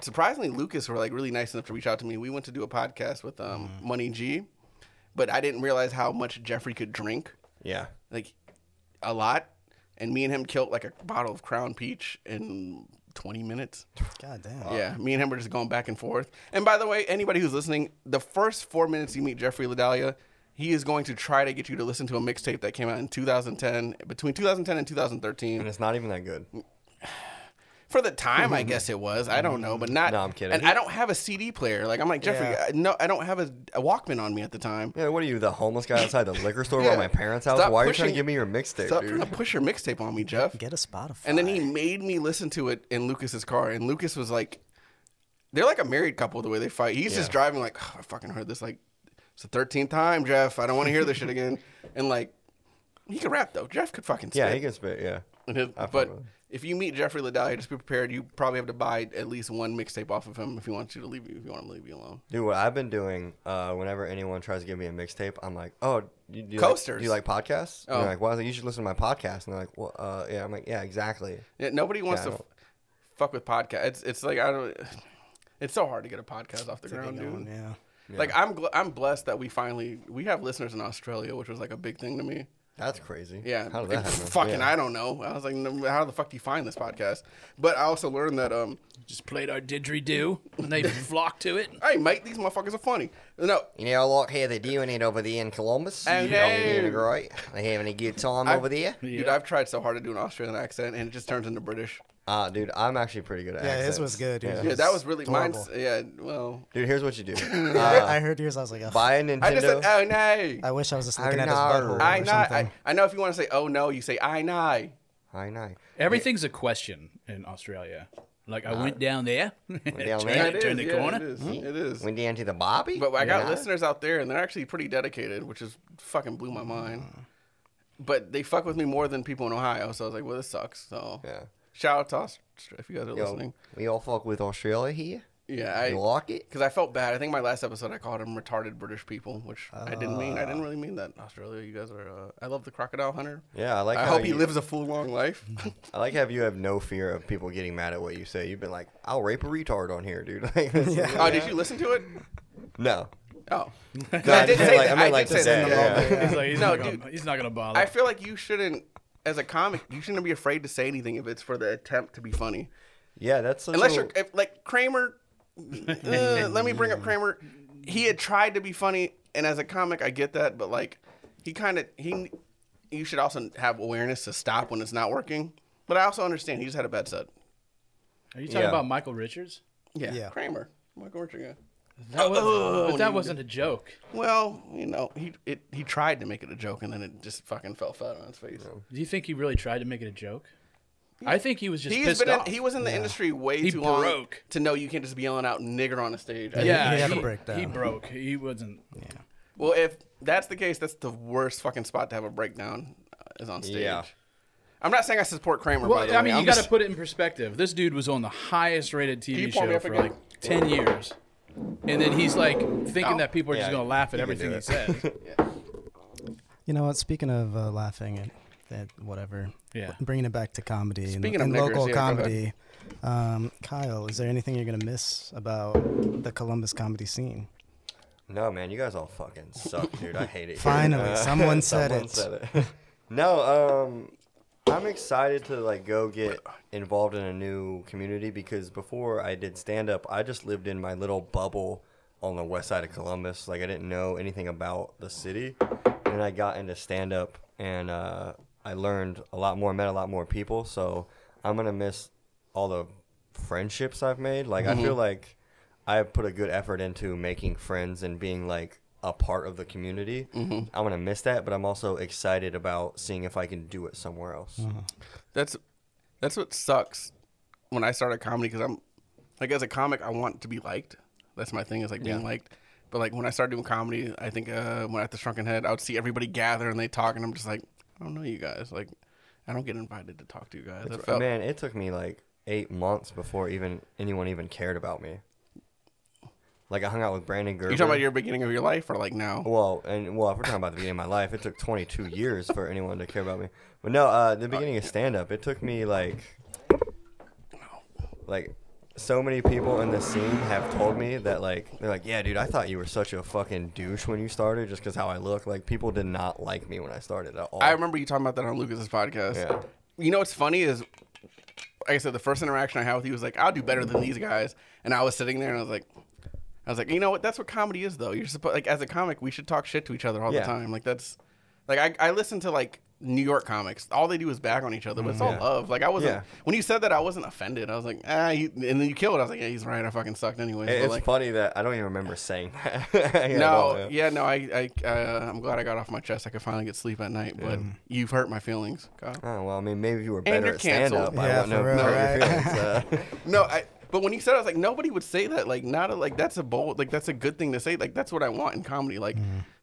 surprisingly Lucas were like really nice enough to reach out to me. We went to do a podcast with um, Money G, but I didn't realize how much Jeffrey could drink,
Yeah,
like a lot. And me and him killed like a bottle of Crown Peach in 20 minutes.
God damn.
Yeah, me and him were just going back and forth. And by the way, anybody who's listening, the first four minutes you meet Jeffrey Ladalia, he is going to try to get you to listen to a mixtape that came out in 2010, between 2010 and 2013.
and it's not even that good.
For the time, I guess it was. I don't know, but not.
No, I'm kidding.
And I don't have a CD player. Like I'm like Jeffrey.
Yeah.
I, no, I don't have a, a Walkman on me at the time.
Yeah, what are you, the homeless guy outside the liquor store
Yeah.
by my parents' house?
Stop
Why are you
pushing-
trying to give me your mixtape,
Stop
dude?
trying to push your mixtape on me, Jeff.
Get a Spotify.
And then he made me listen to it in Lucas's car, and Lucas was like, "They're like a married couple the way they fight." He's just
Yeah.
driving like, "Oh, "I fucking heard this like it's the thirteenth time, Jeff. I don't want to hear this shit again." And like, he could rap though. Jeff could fucking
Yeah,
spit.
he can spit. Yeah,
And his-
I fuck
but
with him.
if you meet Jeffrey Ladalia, just be prepared. You probably have to buy at least one mixtape off of him if he wants you to leave you. If you want him to leave you alone.
dude. What I've been doing, uh, whenever anyone tries to give me a mixtape, I'm like, oh, you, do you
Coasters.
Like, do you like podcasts? And
Oh.
they're like, well, I was like, you should listen to my podcast. And they're like, well, uh, yeah. I'm like, yeah, exactly.
Yeah, nobody wants
Yeah, I
to f-
don't-
fuck with podcasts. It's it's like I don't. It's so hard to get a podcast off the
Get
ground, dude.
going, yeah.
Like I'm gl- I'm blessed that we finally we have listeners in Australia, which was like a big thing to me.
That's crazy.
Yeah,
How did that
Like,
happen?
fucking
Yeah.
I don't know. I was like, "No, how the fuck do you find this podcast? But I also learned that um,
just played our didgeridoo and they flocked to it.
hey mate, these motherfuckers are funny. No,
You know, like how they're doing it over there in Columbus.
Oh,
you
no.
know, right? They're having a good time over there.
dude, I've tried so hard to do an Australian accent, and it just turns into British.
Ah, dude, I'm actually pretty good at
Yeah, his
accents.
was good. Yours
Yeah.
Yeah, that was really mine.
Horrible.
Yeah, well,
Dude, here's what you do.
I
Uh,
heard yours. I was like, "Ugh."
buy a Nintendo.
I just said oh no,
I wish I was just
I
looking at his
know.
butthole
I
or
know.
something.
I, I know if you want to say oh no, you say I know.
I know.
Everything's a question in Australia. Like I went down there,
there.
turned,
Yeah,
It
turned
is,
the
yeah,
corner.
It is.
Hmm?
It is.
Went down to the Bobby.
But I got
Yeah.
listeners out there, and they're actually pretty dedicated, which is fucking blew my mind.
Mm.
But they fuck with me more than people in Ohio, so I was like, "Well, this sucks." So
Yeah.
shout out to us if you guys are
Yo,
listening.
we all fuck with Australia here.
Yeah,
you
I
like it?
because I felt bad. I think my last episode I called them retarded British people, which I didn't mean. I didn't
Ah.
really mean that. Australia, you guys are. Uh, I love the crocodile hunter.
Yeah, I like.
I
how
hope he
you-
lives a full long life.
I like how you have no fear of people getting mad at what you say. You've been like, "I'll rape a retard on here, dude." Like,
oh, did you listen to it?
No.
Oh, I
No,
did
meant
say
like,
that.
I
I
meant
did
like
say that.
today. Yeah.
He's like, he's,
No,
not gonna, he's not gonna bother.
I feel like you shouldn't, as a comic, you shouldn't be afraid to say anything if it's for the attempt to be funny.
Yeah, that's such
Unless
a,
you're if, like Kramer. uh, let me bring up Kramer. He had tried to be funny, and as a comic, I get that, but like, he kind of he. You should also have awareness to stop when it's not working. But I also understand he just had a bad set.
Are you talking
Yeah.
about Michael Richards?
Yeah,
Yeah.
Kramer, Michael Orchard guy.
That was,
oh,
but
no, you
that wasn't a joke.
Well, you know, he it, he tried to make it a joke, and then it just fucking fell flat on his face.
Do you think he really tried to make it a joke? I think he was just
He's
pissed
been
off.
in, he was in the industry way
He
too long
broke.
to know you can't just be yelling out nigger on a stage. I
yeah,
He
he,
had a
he,
breakdown.
broke. He wasn't.
Well, if that's the case, that's the worst fucking spot to have a breakdown uh, is on stage.
Yeah.
I'm not saying I support Kramer.
Well,
by the
I
way.
mean,
I'm
you got to
just-
put it in perspective. This dude was on the highest-rated
you
TV
pull me
show
up
for
again?
like ten years, and then he's like thinking that people are just
Yeah,
gonna laugh at
you can
everything
do
he
it.
says.
You know what? Speaking of uh, laughing at, at whatever,
Yeah.
bringing it back to comedy
Speaking of
and, and
niggers,
local
yeah, go
comedy. Um, Kyle, is there anything you're gonna miss about the Columbus comedy scene?
No, man, you guys all fucking suck, dude. I hate it. here. Uh,
Finally, someone said it.
it. no, um, I'm excited to like go get involved in a new community because before I did stand up, I just lived in my little bubble on the west side of Columbus. Like I didn't know anything about the city, and I got into stand up and uh, I learned a lot more, met a lot more people. So I'm gonna miss all the friendships I've made. Like I
Mm-hmm.
feel like I put a good effort into making friends and being like a part of the community.
Mm-hmm.
I'm gonna miss that, but I'm also excited about seeing if I can do it somewhere else.
that's that's what sucks when I started comedy because I'm like as a comic I want to be liked. That's my thing is like being liked. But like when I started doing comedy, I think uh, when at the Shrunken Head, I would see everybody gather and they talk, and I'm just like, I don't know you guys. Like, I don't get invited to talk to you guys. I felt,
Man, it took me like eight months before even anyone even cared about me. Like I hung out with Brandon Gerber.
you talking about your beginning of your life or like now?
Well, and well, if we're talking about the beginning of my life, it took 22 years for anyone to care about me. But no, uh, the beginning of stand up, it took me like, like, so many people in the scene have told me that like they're like, yeah, dude, I thought you were such a fucking douche when you started, just because how I look. Like people did not like me when I started at all.
I remember you talking about that on Lucas's podcast.
Yeah.
You know what's funny is, like I said, the first interaction I had with you was like, "I'll do better than these guys," and I was sitting there and I was like, "I was like, you know what? That's what comedy is, though. You're supposed like as a comic, we should talk shit to each other all
Yeah.
the time. Like that's, like I I listen to like New York comics. All they do is bag on each other, but it's all love. Like I wasn't
Mm-hmm. Yeah.
when you said that, I wasn't offended. I was like, ah, you, and then you killed. it. I was like, yeah, he's right. I fucking sucked anyway.
It- it's
like,
funny that I don't even remember saying that. Yeah, I
no,
don't know.
yeah, no, I, I, uh, I'm glad I got off my chest. I could finally get sleep at night, but
Mm.
you've hurt my feelings. Kyle.
Oh, well, I mean, maybe if you were better
you're
at stand up.
canceled.
I
Yeah,
wouldn't
for
have
real,
hurt your
right?
feelings. uh,
No, I. But when you said, it, I was like, nobody would say that. Like, not a, like that's a bold, like that's a good thing to say. Like, that's what I want in comedy, like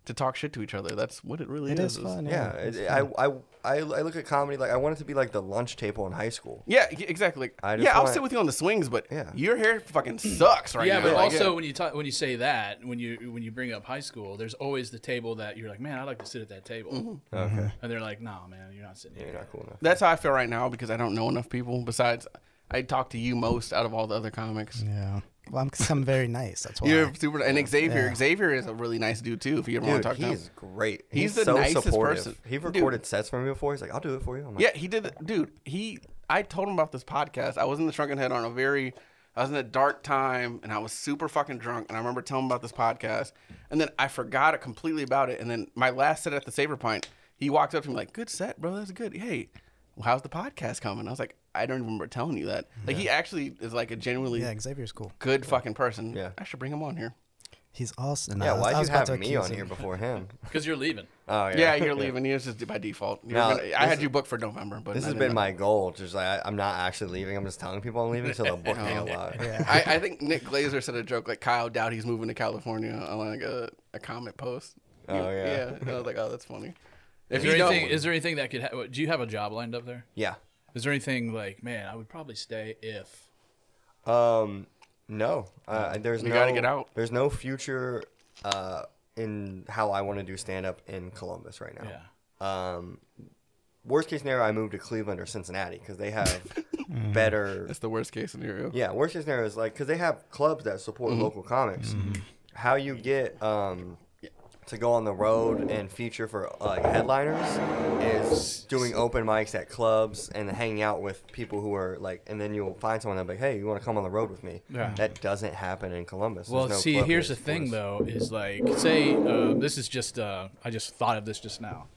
to talk shit to each other. That's what it really
Mm-hmm. It
is.
is fun.
Yeah, it, I, I, I, I look at comedy like I want it to be like the lunch table in high school.
Yeah, y- exactly. Like,
I just
yeah, I'll
want-
sit with you on the swings, but
Yeah.
your hair fucking sucks right
yeah,
now.
but
Like,
also when you talk, when you say that, when you when you bring up high school, there's always the table that you're like, man, I'd like to sit at that table,
Mm-hmm.
Okay,
and they're like, nah, man, you're not sitting here.
you're not cool enough.
that's how I feel right now because I don't know enough people. Besides, I talk to you most out of all the other comics.
Yeah. Well, I'm, 'cause I'm very nice. That's why.
You're super, and Xavier.
Yeah.
Xavier is a really nice dude too. If you ever want
Dude,
to talk to him,
he's great.
He's the nicest person.
He
Dude.
recorded sets for me before. He's like, I'll do it for you. I'm like,
Yeah, he did. Dude, he. I told him about this podcast. I was in the Shrunken Head on a very. I was in a dark time, and I was super fucking drunk. And I remember telling him about this podcast, and then I forgot it completely about it. And then my last set at the Saber Pint, he walked up to me like, "Good set, bro. That's good. Hey, well, how's the podcast coming?" I was like, I don't even remember telling you that. Like he actually is like a genuinely
Yeah, Xavier's cool.
good fucking person.
Yeah.
I should bring him on here.
He's awesome.
Yeah,
I was,
why'd
I
you
was about
have
to
me on
accuse
here
him.
before him?
because you're leaving.
Oh
Yeah, you're leaving. He was just by default. You were
No,
gonna- I
this
had
is-
you booked for November, but
This
I
has
didn't-
been my goal. Just like I, I'm not actually leaving. I'm just telling people I'm leaving, so they'll book
Oh,
me a lot.
I, I think Nick Glazer said a joke like Kyle Dowdy's moving to California on like a, a comment post.
Oh, yeah.
and I was like, oh, that's funny.
Is
If
there
you don't,
anything? Is there anything that could? Ha- do you have a job lined up there?
Yeah.
Is there anything like, man, I would probably stay if.
Um, no, uh, there's no.
gotta get out.
There's no future uh, in how I want to do stand up in Columbus right now. Um,
Yeah.
Worst case scenario, I move to Cleveland or Cincinnati because they have better.
that's the worst case scenario.
Yeah, worst case scenario is like because they have clubs that support local comics.
Mm-hmm.
How you get um, to go on the road and feature for uh, like headliners is doing open mics at clubs and hanging out with people who are like, and then you'll find someone that be like, hey, you want to come on the road with me?
Yeah.
That doesn't happen in Columbus.
Well,
There's no
see,
club
here's the
that
thing,
supports-
though, is like, say, uh, this is just, uh, I just thought of this just now.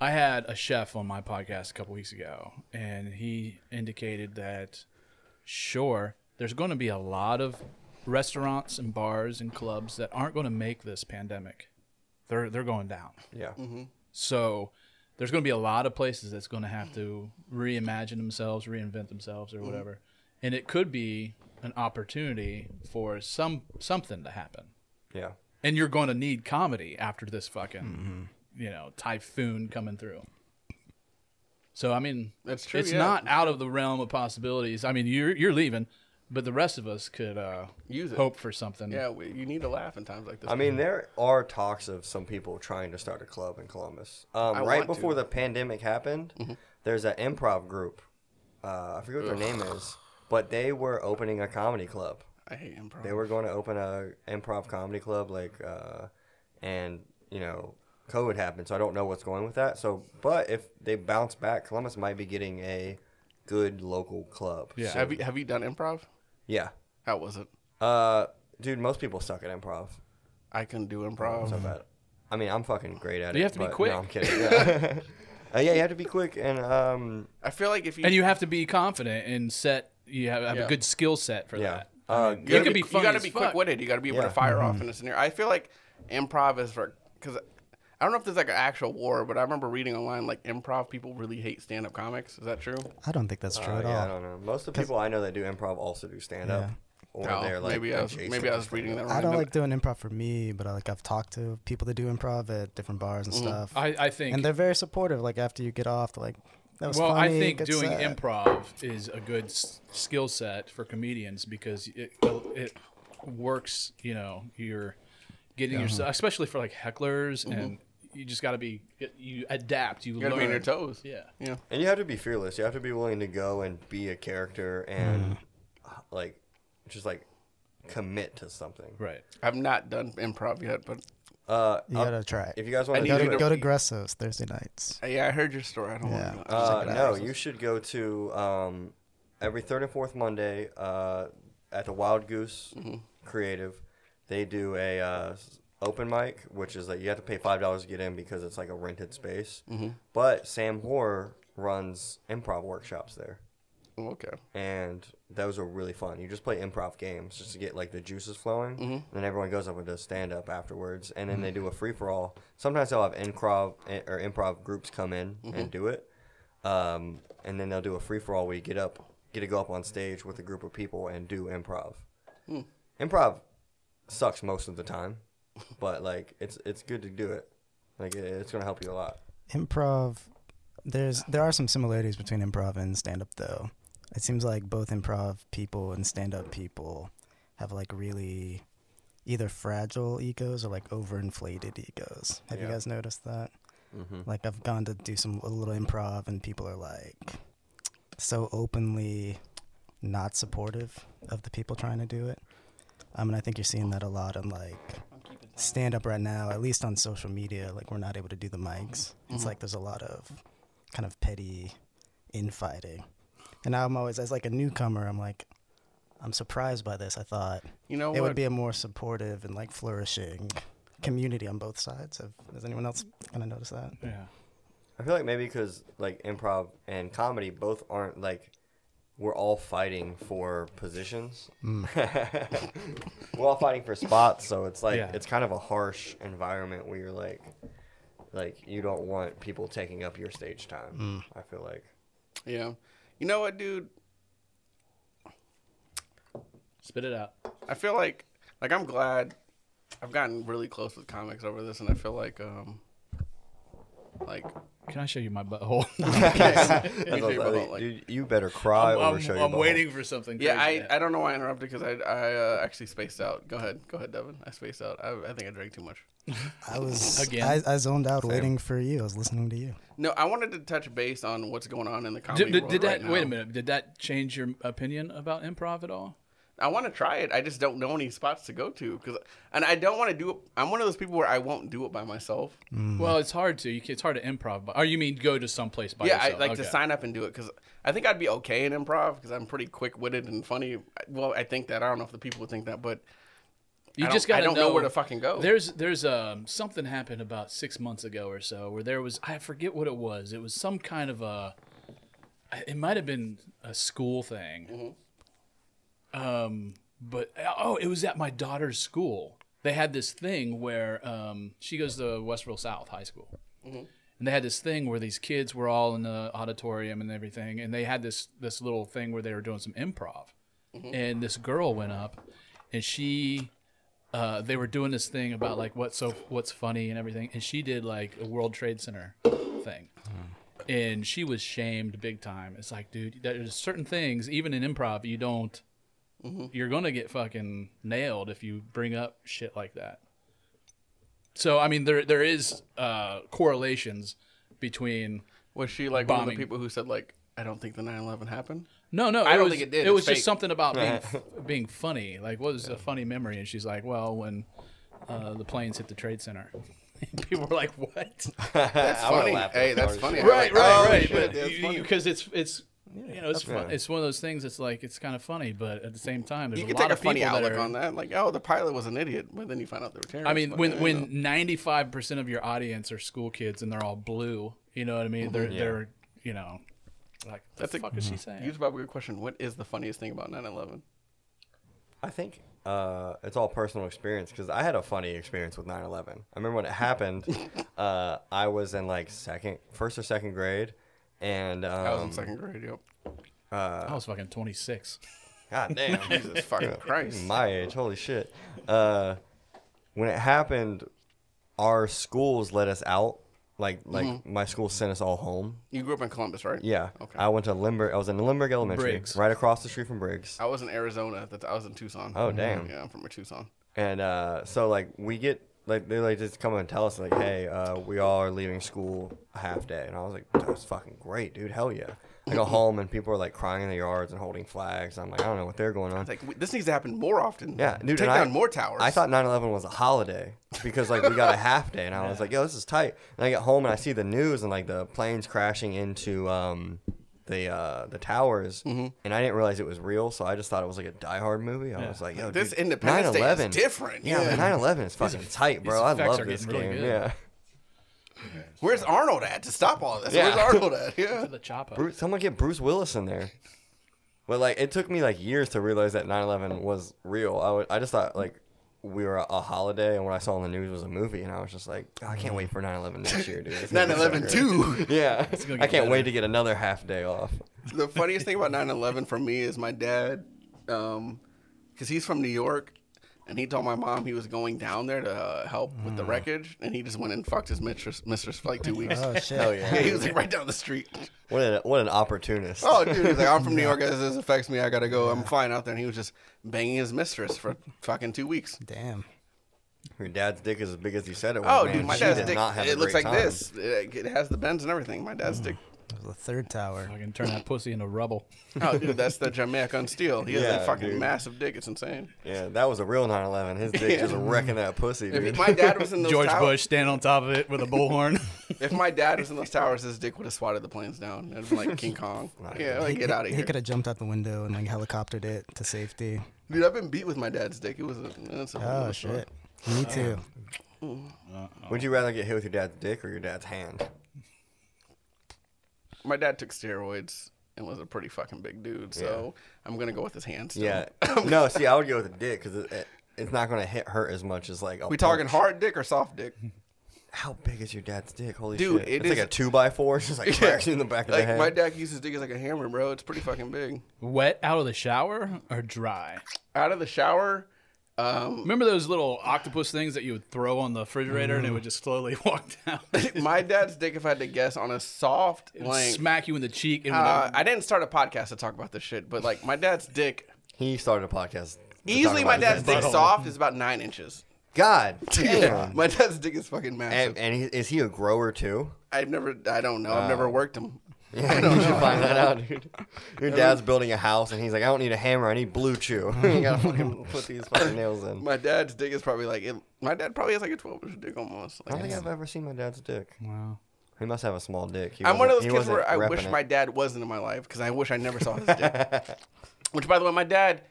I had a chef on my podcast a couple weeks ago, and he indicated that, sure, there's going to be a lot of restaurants and bars and clubs that aren't going to make this pandemic. They're they're going down.
Yeah.
So there's going to be a lot of places that's going to have to reimagine themselves, reinvent themselves,
Mm-hmm.
or whatever. And it could be an opportunity for some something to happen.
Yeah.
And you're going to need comedy after this fucking,
Mm-hmm.
you know, typhoon coming through. So I mean,
That's true,
It's
yeah.
not out of the realm of possibilities. I mean, you're you're leaving, but the rest of us could uh,
Use it.
hope for something.
Yeah, we, you need to laugh in times like this.
I mean, there are talks of some people trying to start a club in Columbus. Um, right
want to. Mm-hmm.
before the pandemic happened, there's an improv group. Uh, I forget what their name is, but they were opening a comedy club.
I hate improv.
They were going to open a improv comedy club, like, uh, and you know, COVID happened, so I don't know what's going with that. So, but if they bounce back, Columbus might be getting a good local club.
Yeah.
have you have you done improv?
Yeah,
How was it?
uh, dude, most people suck at improv.
I can do improv.
but I mean, I'm fucking great at it.
You have to be
but-
quick.
No, I'm kidding. Yeah. Uh, yeah, you have to be quick, and um,
I feel like if you
and you have to be confident and set. You have, have
Yeah.
a good skill set for
yeah,
that.
uh,
You
gotta
can be funny
You gotta
as
be
fuck.
quick witted. You gotta be able
Yeah. Mm-hmm.
to fire off in a scenario. I feel like improv is for because I don't know if there's like an actual war, but I remember reading online like improv people really hate stand up comics. Is that true?
I don't think that's true
uh,
at
yeah, I
all.
don't know. Most of the people I know that do improv also do stand up,
Yeah.
or
No,
they're like
Oh, maybe I was
adjacent
maybe I
to
was
stand-up.
reading that wrong.
I don't
but
like doing improv for me, but I, like I've talked to people that do improv at different bars and stuff,
I, I think.
and they're very supportive. Like after you get off, they're like that was
well,
funny.
I think
good
doing
set."
improv is a good s- skill set for comedians because it it works. You know, you're getting yourself, especially for like hecklers, and you just got to be you adapt. You,
Mm-hmm. You gotta
learn.
be on your toes.
Yeah.
Yeah.
And you have to be fearless. You have to be willing to go and be a character and uh, like just like commit to something.
Right.
I've not done improv yet, but
Uh,
You
I'll-
gotta try it.
if you guys want
I
to
need
Go
you
do
to,
to
it,
go to
read-
Gresso's Thursday nights.
uh, yeah, I heard your story. I don't
Yeah.
want to.
Check
Uh,
it out.
no, you should go to um, every third and fourth Monday uh, at the Wild Goose
Mm-hmm.
Creative. They do a uh, s- open mic, which is that you have to pay five dollars to get in because it's like a rented space.
Mm-hmm.
But Sam Hoare runs improv workshops there,
Oh, okay.
and those are really fun. You just play improv games just to get like the juices flowing, and then everyone goes up and does stand up afterwards, and then they do a free for all. Sometimes they'll have improv eh, or improv groups come in and do it um, and then they'll do a free for all where you get up, get to go up on stage with a group of people and do improv. Improv sucks most of the time, but like it's it's good to do it. Like it, it's gonna help you a lot.
improv there's there are some similarities between improv and stand up though it seems like both improv people and stand up people have like really either fragile egos or like overinflated egos have you
Yeah.
guys noticed that
Mm-hmm.
like i've gone to do some a little improv and people are like so openly not supportive of the people trying to do it i mean i think you're seeing that a lot on like stand up right now, at least on social media, like we're not able to do the mics. It's like there's a lot of kind of petty infighting. And I'm always as like a newcomer, I'm like I'm surprised by this. I thought
You know
it
what?
would be a more supportive and like flourishing community on both sides. Have, has anyone else kind of noticed that?
Yeah.
I feel like maybe because like improv and comedy both aren't like we're all fighting for positions. we're all fighting for spots, so it's like
Yeah.
it's kind of a harsh environment where you're like, like you don't want people taking up your stage time. I feel like
Yeah. You know what, dude?
Spit it out.
I feel like like I'm glad I've gotten really close with comics over this, and I feel like um like
Can I show you my butthole?
That's
tell you
what-
about, like-
dude, you better cry
I'm,
or show your
I'm
butthole.
waiting for something.
yeah,
crazy.
I, I don't know why I interrupted because I I uh, actually spaced out. Go ahead, go ahead, Devin. I spaced out. I, I think I drank too much.
I was
Again.
I, I zoned out waiting for you. I was listening to you.
No, I wanted to touch base on what's going on in the comedy
Did, did,
world
did that?
right now.
Wait a minute. Did that change your opinion about improv at all?
I want to try it. I just don't know any spots to go to because, and I don't want to do it. I'm one of those people where I won't do it by myself.
Well, it's hard to. You, can- it's hard to improv. But, oh, you mean go to someplace by
yeah,
yourself?
I like to
Okay.
sign up and do it because I think I'd be okay in improv because I'm pretty quick witted and funny. I- Well, I think that. I don't know if the people would think that, but
You
I
just
don't-
got
I don't know where to fucking go.
There's there's um something happened about six months ago or so where there was I forget what it was. It was some kind of a. It might have been a school thing. Um, but oh, it was at my daughter's school. They had this thing where um she goes to Westville South High School. and they had this thing where these kids were all in the auditorium and everything and they had this this little thing where they were doing some improv and this girl went up and she uh, they were doing this thing about like what's so what's funny and everything and she did like a world trade center thing and she was shamed big time it's like dude there's certain things even in improv you don't you're gonna get fucking nailed if you bring up shit like that so I mean, there there is uh, correlations between.
was she like one of
Bombing.
the people who said like I don't think the 9/11 happened?
No, no, I
don't
was,
think it did.
It
It's
was
fake.
just something about being being funny. Like, what was a funny memory? And she's like, "Well, when uh, the planes hit the Trade Center." People were like, "What?"
That's funny. Hey, that's funny.
right, right,
Oh,
right.
shit, that's
but
funny.
because it's it's you know it's fun. it's one of those things. It's like it's kind of funny, but at the same time, there's
You
a
could
lot
take a
of people
funny
that
outlook
are.
on that, like oh, the pilot was an idiot, but then you find out they were terrible.
I mean, when when ninety five percent of your audience are school kids and they're all blue, you know what I mean? They're they're you know, like
Mm-hmm. That's
that's the
a-
fuck is she saying?
you just brought up a good question. What is the funniest thing about 9/11?
I think uh, it's all personal experience because I had a funny experience with 9/11. I remember when it happened, uh, I was in like second, first or second grade, and um,
I was in second grade. Yep.
I was fucking twenty six.
God damn,
Jesus fucking Christ.
my age, holy shit. Uh, when it happened, our schools let us out. Like, like my school sent us all home.
You grew up in Columbus, right?
Yeah,
Okay.
I went to Limburg. I was in Limburg Elementary,
Briggs.
right across the street from Briggs.
I was in Arizona. at the t- I was in Tucson. Mm-hmm.
Oh, damn.
Yeah, I'm from Tucson.
And uh, so like we get like they like just come and tell us like, hey, uh, we all are leaving school a half day, and I was like, that's fucking great, dude, hell yeah. I go home and people are like crying in the yards and holding flags. I'm like, I don't know what they're going on.
It's like we- this needs to happen more often.
Yeah, dude,
Take
and I-
down more towers.
I thought 9/11 was a holiday because like we got a half day, and I was like, yo, this is tight. And I get home and I see the news and like the planes crashing into um the uh the towers,
Mm-hmm.
and I didn't realize it was real, so I just thought it was like a Die Hard movie. I was like, yo,
This
dude,
Independence Day is
9/11.
different.
Yeah,
Yeah.
but 9/11 is fucking tight, bro. I
effects
love
are
this
getting
game.
really good.
yeah.
Where's Arnold at to stop all this?
Yeah.
Where's Arnold at? Yeah.
The chopper.
Bruce, someone get Bruce Willis in there. But like, it took me like years to realize that 9/11 was real. I would, I just thought like we were a, a holiday, and what I saw on the news was a movie, and I was just like, "God, I can't wait for 9/11 next year, dude. It's gonna be so
9/11
great."
too.
Yeah, I
gonna
can't
get
wait to get another half day off.
the funniest thing about 9/11 for me is my dad, um, because he's from New York, and he told my mom he was going down there to uh, help with the
Mm.
wreckage, and he just went and fucked his mistress, mistress for like two weeks.
Oh shit!
Hell
Yeah, he
yeah!
was like right down the street.
What an what an opportunist.
Oh, dude, he's like, I'm from New York. This, this affects me. I gotta go. I'm flying out there, and he was just banging his mistress for fucking two weeks.
Damn.
Your dad's dick is as big as you said it was.
Oh,
man.
dude, my
She
dad's
did
dick.
not have a
It looks
great
like
time. Mm.
this. It, it has the bends and everything. My dad's dick.
It was the third tower.
I can turn that pussy into rubble.
Oh, dude, that's the Jamaican steel. He has
Yeah,
that fucking
dude.
massive dick. It's insane.
Yeah, that was a real 9/11. His dick just wrecking that pussy, dude.
If my dad was in those
George
tow-
Bush stand on top of it with a bullhorn.
if my dad was in those towers, his dick would have swatted the planes down. It'd be like King Kong. yeah, like get out of
He
here.
could have jumped out the window and like helicoptered it to safety.
Dude, I've been beat with my dad's dick. It was a, that's a whole
Oh
other story.
shit! Me too.
Uh,
Would you rather get hit with your dad's dick or your dad's hand?
my dad took steroids and was a pretty fucking big dude, so I'm gonna go with his hands. still.
Yeah. no, see, I would go with a dick because it, it, it's not going to hit hurt as much as like. A
We talking
punch.
hard dick or soft dick?
How big is your dad's dick? Holy
Dude,
shit!
it
it's
is-
like a two by four, just like cracking in the back of
like
the head.
my dad uses his dick as like a hammer, bro. It's pretty fucking big.
Wet out of the shower or dry?
Out of the shower, um,
Remember those little octopus things that you would throw on the refrigerator and it would just slowly walk down,
my dad's dick. If I had to guess on a soft length,
smack you in the cheek,
Ah,
and
uh,
whatever.
I didn't start a podcast to talk about this shit, but like my dad's dick.
he started a podcast. to
Easily,
talk
my
about his
dad's dick
butthole.
soft is about nine inches.
God,
Yeah,
damn.
my dad's dick is fucking massive.
and, and he, is he a grower too?
I've never, I don't know. I've never worked him.
Yeah, you should find that out, dude. Your dad's building a house, and he's like, "I don't need a hammer. I need blue chew. you gotta fucking put these fucking nails in."
My dad's dick is probably like, it, my dad probably has like a 12 inch dick almost.
I don't
Like,
think I've ever seen my dad's dick.
wow.
He must have a small dick. He
I'm one of those
wasn't- he
kids where I
wasn't
wish
repping
my
it.
dad wasn't in my life because I wish I never saw his dick. Which, by the way, my dad,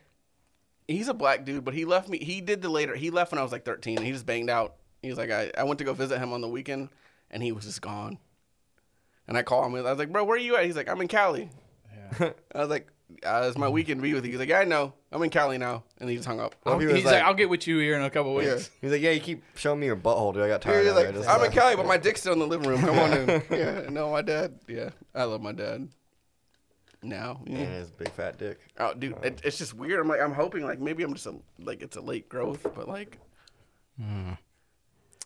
he's a black dude, but he left me. He did the later. He left when I was like 13. And he just banged out. He was like, I, I went to go visit him on the weekend, and he was just gone. And I called him. and I was like, bro, where are you at? He's like, I'm in Cali. I was like, uh, it's my weekend to be with you. He's like, yeah, I know. I'm in Cali now. And he just hung up.
Well, he
He's
was
like,
like,
I'll get with you here in a couple of weeks.
he's like, "Yeah, you keep showing me your butthole, dude. I got tired
You're
of it." I
like,
just
I'm in
left."
Cali, but my dick's still in the living room. Come on in. Yeah, no, my dad. Yeah, I love my dad. Now,
And his big fat dick.
oh, dude, it, it's just weird. I'm like, I'm hoping, like, maybe I'm just a, like, it's a late growth, but like,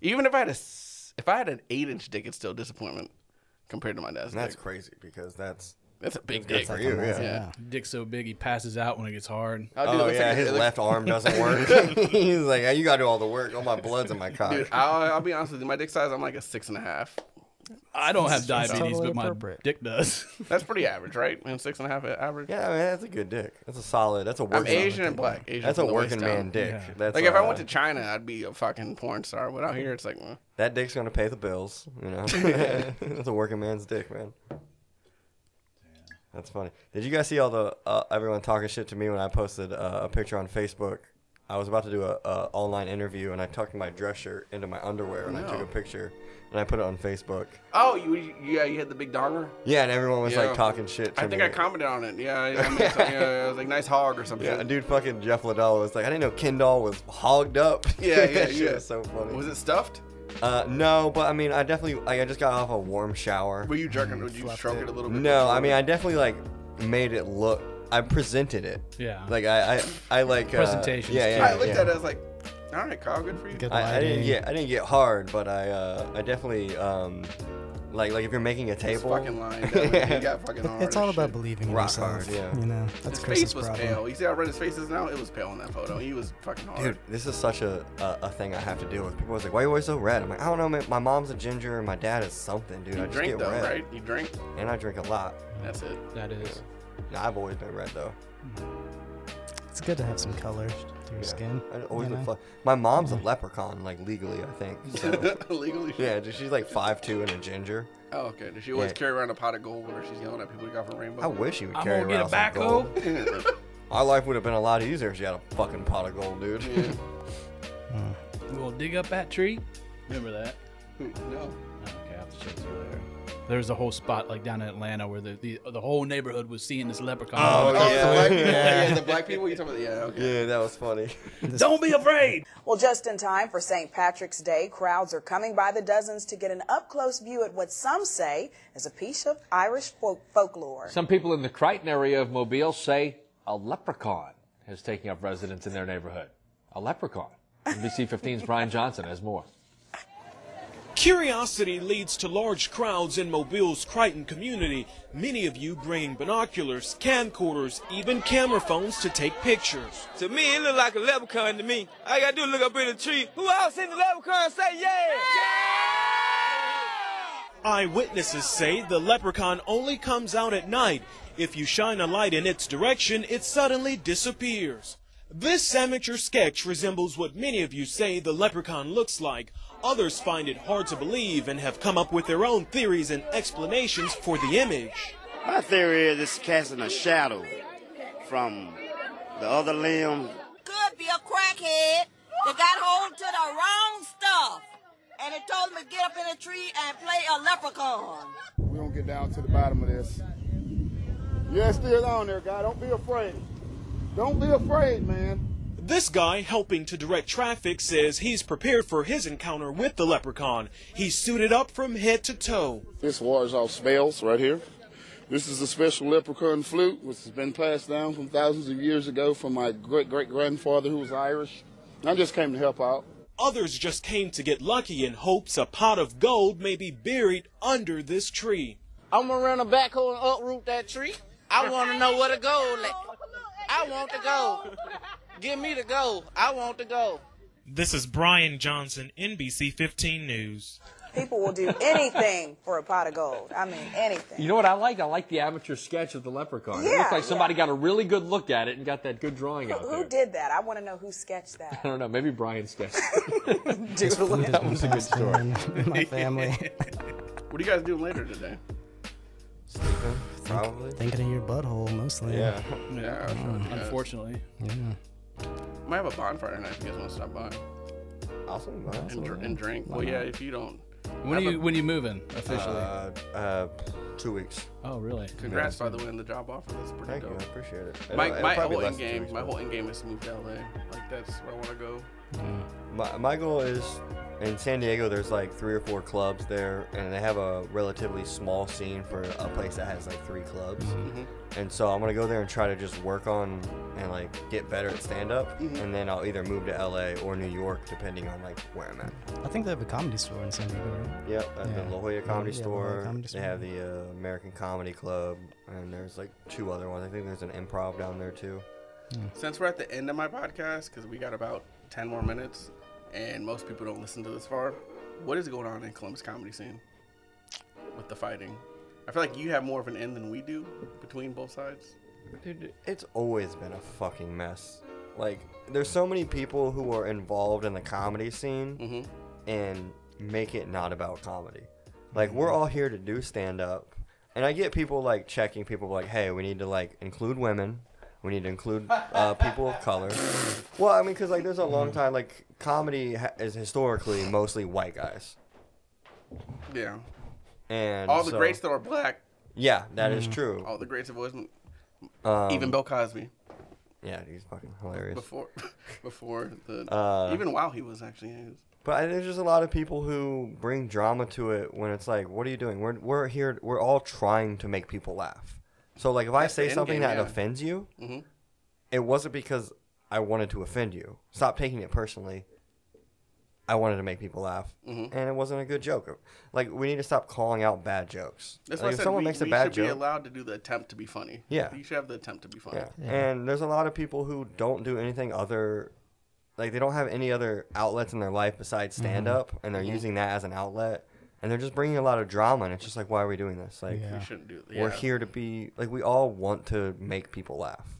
even if I had a, s- if I had an eight inch dick, it's still a disappointment compared to my dad's.
And that's
dick.
crazy because that's
that's a big
good
dick.
for you. Yeah.
Yeah.
Dick so big he passes out when it gets hard.
Oh, dude, it
Oh
looks
yeah,
like a-
his
it looks-
left arm doesn't work. he's like, "Hey, you gotta do all the work. All my blood's in my cock.
Dude, I'll, I'll be honest with you. My dick size, I'm like a six and a half.
I don't have diabetes,
totally
but my
appropriate.
dick does.
That's pretty average, right? And six and a half average.
yeah, I mean, that's a good dick. That's a solid. That's a working.
I'm Asian and black. Asian
That's a
from the waist
working
down.
man dick.
Yeah.
That's
Like if I
uh,
went to China, I'd be a fucking porn star. But out here, it's like, eh.
that dick's gonna pay the bills. You know, that's a working man's dick, man. That's funny. Did you guys see all the uh, everyone talking shit to me when I posted uh, a picture on Facebook? I was about to do a, a online interview and I tucked my dress shirt into my underwear and I took a picture and I put it on Facebook.
oh, you, you yeah, you had the big donger.
Yeah, and everyone was
Yeah.
like talking shit. To
I think
me.
I commented on it. Yeah, I, I, made some- yeah, I was like, nice hog or something.
Yeah,
Yeah,
dude, fucking Jeff Liddell was like, I didn't know Ken doll was hogged up.
yeah, yeah.
that shit was so funny.
Was it stuffed?
Uh, no, but I mean, I definitely, like, I just got off a warm shower.
Were you jerking? Would you stroke it. a little bit?
No, I mean, I definitely like made it look. I presented it.
Yeah.
Like I, I, I like uh,
Presentation's
Yeah,
key.
yeah.
I looked
yeah.
at it. I was like, all right, Kyle, good for you.
Good
I, I didn't
lighting.
get, I didn't get hard, but I, uh, I definitely, um, like, like if you're making a
It's
table.
fucking lying. He got fucking hard. as
It's all about
shit.
believing in
Rock
yourself.
hard, yeah.
You know, that's
His
Chris's
face was
problem.
pale. You see how red his face is now? It was pale in that photo. He was fucking hard.
Dude, this is such a, a, a thing I have to deal with. People are like, "Why are you always so red?" I'm like, "I don't know, man. My mom's a ginger and my dad is something, dude. I
you
just
drink
get
though,
red,
right? You drink.
and I drink a lot.
That's it.
that is.
Nah, I've always been red though.
It's good to have some color to your
Yeah.
skin.
I always
you
look
know? Mm-hmm.
fu- My mom's a leprechaun, like legally, I think. So,
Legally.
yeah, dude, she's like five two and a ginger.
Oh, okay. Does she always
Yeah.
carry around a pot of gold where she's yelling at people to go for rainbow?
I wish he would
I'm
carry
gonna get a
around some gold.
backhoe.
Our life would have been a lot easier if she had a fucking pot of gold, dude.
Yeah.
We'll dig up that tree. Remember that?
no.
Okay, I have to check through there. There's a whole spot like down in Atlanta where the the, the whole neighborhood was seeing this leprechaun.
Oh,
Oh,
Yeah.
the black people. Yeah. the black people. You talking about? Yeah. Okay.
yeah, that was funny.
Don't be afraid.
Well, just in time for St. Patrick's Day, crowds are coming by the dozens to get an up close view at what some say is a piece of Irish folk- folklore.
Some people in the Crichton area of Mobile say a leprechaun is taking up residence in their neighborhood. A leprechaun. NBC 15's Brian Johnson has more.
Curiosity leads to large crowds in Mobile's Crichton community, many of you bringing binoculars, camcorders, even camera phones to take pictures.
To me, it look like a leprechaun to me. All I gotta do is look up in the tree. Who else in the leprechaun say yeah?
Eyewitnesses say the leprechaun only comes out at night. If you shine a light in its direction, it suddenly disappears. This amateur sketch resembles what many of you say the leprechaun looks like. Others find it hard to believe and have come up with their own theories and explanations for the image.
My theory is it's casting a shadow from the other limb.
Could be a crackhead that got hold to the wrong stuff.
and it told me to get up in a tree and play a leprechaun.
We don't get down to the bottom of this. You're still on there, guy. Don't be afraid. Don't be afraid, man.
This guy helping to direct traffic says he's prepared for his encounter with the leprechaun. He's suited up from head to toe.
This wars off spells right here. This is a special leprechaun flute, which has been passed down from thousands of years ago from my great great grandfather, who was Irish. I just came to help out.
Others just came to get lucky in hopes a pot of gold may be buried under this tree.
I'm gonna run a backhoe and uproot that tree. I want to know where to go. I want to go. Give me the go. I want to go.
This is Brian Johnson, NBC 15 News.
People will do anything for a pot of gold. I mean, anything.
You know what I like? I like the amateur sketch of the leprechaun. it
Yeah,
looks like somebody
yeah.
got a really good look at it and got that good drawing
Who,
out there.
who did that? I want to know who sketched that.
I don't know. Maybe Brian sketched.
That
was a
good story. my family.
What are you guys doing later today?
Probably.
Thinking of your butthole mostly.
Yeah.
Yeah,
Mm.
Unfortunately.
Yeah.
I might have a bonfire tonight if you guys want to stop by.
Awesome.
And, dr- and drink.
Why
Well, yeah,
not?
if you don't.
When are
Have a-
you when are you moving officially?
Uh, uh, two weeks.
oh really?
Congrats, by the way, on the job offer. That's pretty
Thank you.
dope.
I appreciate it. It'll-
My,
it'll
my
probably
whole
less
end
than two
game,
weeks,
my
but-
whole end game is to move to LA. Like that's where I want to go.
My, my goal is in San Diego. There's like three or four clubs there, and they have a relatively small scene for a place that has like three clubs.
Mhm.
And so I'm gonna go there and try to just work on and like get better at stand up, and then I'll either move to LA or New York, depending on like where I'm at.
I think they have a comedy store in San Diego. Right?
Yep, at
Yeah.
the La Jolla Comedy
Yeah, La Jolla
Store.
Comedy
They have the uh, American Comedy Club, and there's like two other ones. I think there's an improv down there too.
Since we're at the end of my podcast, because we got about ten more minutes, and most people don't listen to this far, what is going on in Columbus comedy scene with the fighting? I feel like you have more of an end than we do between both sides.
Dude, it's always been a fucking mess. Like, there's so many people who are involved in the comedy scene
Mm-hmm.
and make it not about comedy. Like, we're all here to do stand up. And I get people like checking people like, hey, we need to like include women. We need to include uh, people of color. well, I mean, because like there's a long
Mm-hmm.
time, like, comedy ha- is historically mostly white guys.
Yeah.
And
All the Mm-hmm.
so-
greats that are black.
Yeah, that is true.
All the greats have always been,
Um,
even Bill Cosby
Yeah, he's fucking hilarious.
before, before the
Uh,
even while he was actually. he was-
But I, there's just a lot of people who bring drama to it when it's like, what are you doing? We're, we're here, we're all trying to make people laugh. So, like, if I
That's the
say
end
something
game,
that
yeah.
offends you,
Mhm.
it wasn't because I wanted to offend you. Stop taking it personally. I wanted to make people laugh,
Mm-hmm.
and it wasn't a good joke. Like, we need to stop calling out bad jokes.
That's
like,
why I
if
said
someone
we,
makes a
we
bad
should be
joke,
allowed to do the attempt to be funny.
Yeah.
you should have the attempt to be funny.
yeah. And there's a lot of people who don't do anything other like they don't have any other outlets in their life besides stand up and they're using that as an outlet and they're just bringing a lot of drama and it's just like why are we doing this? Like
Yeah. We
shouldn't do-
We're
yeah.
here to be like we all want to make people laugh.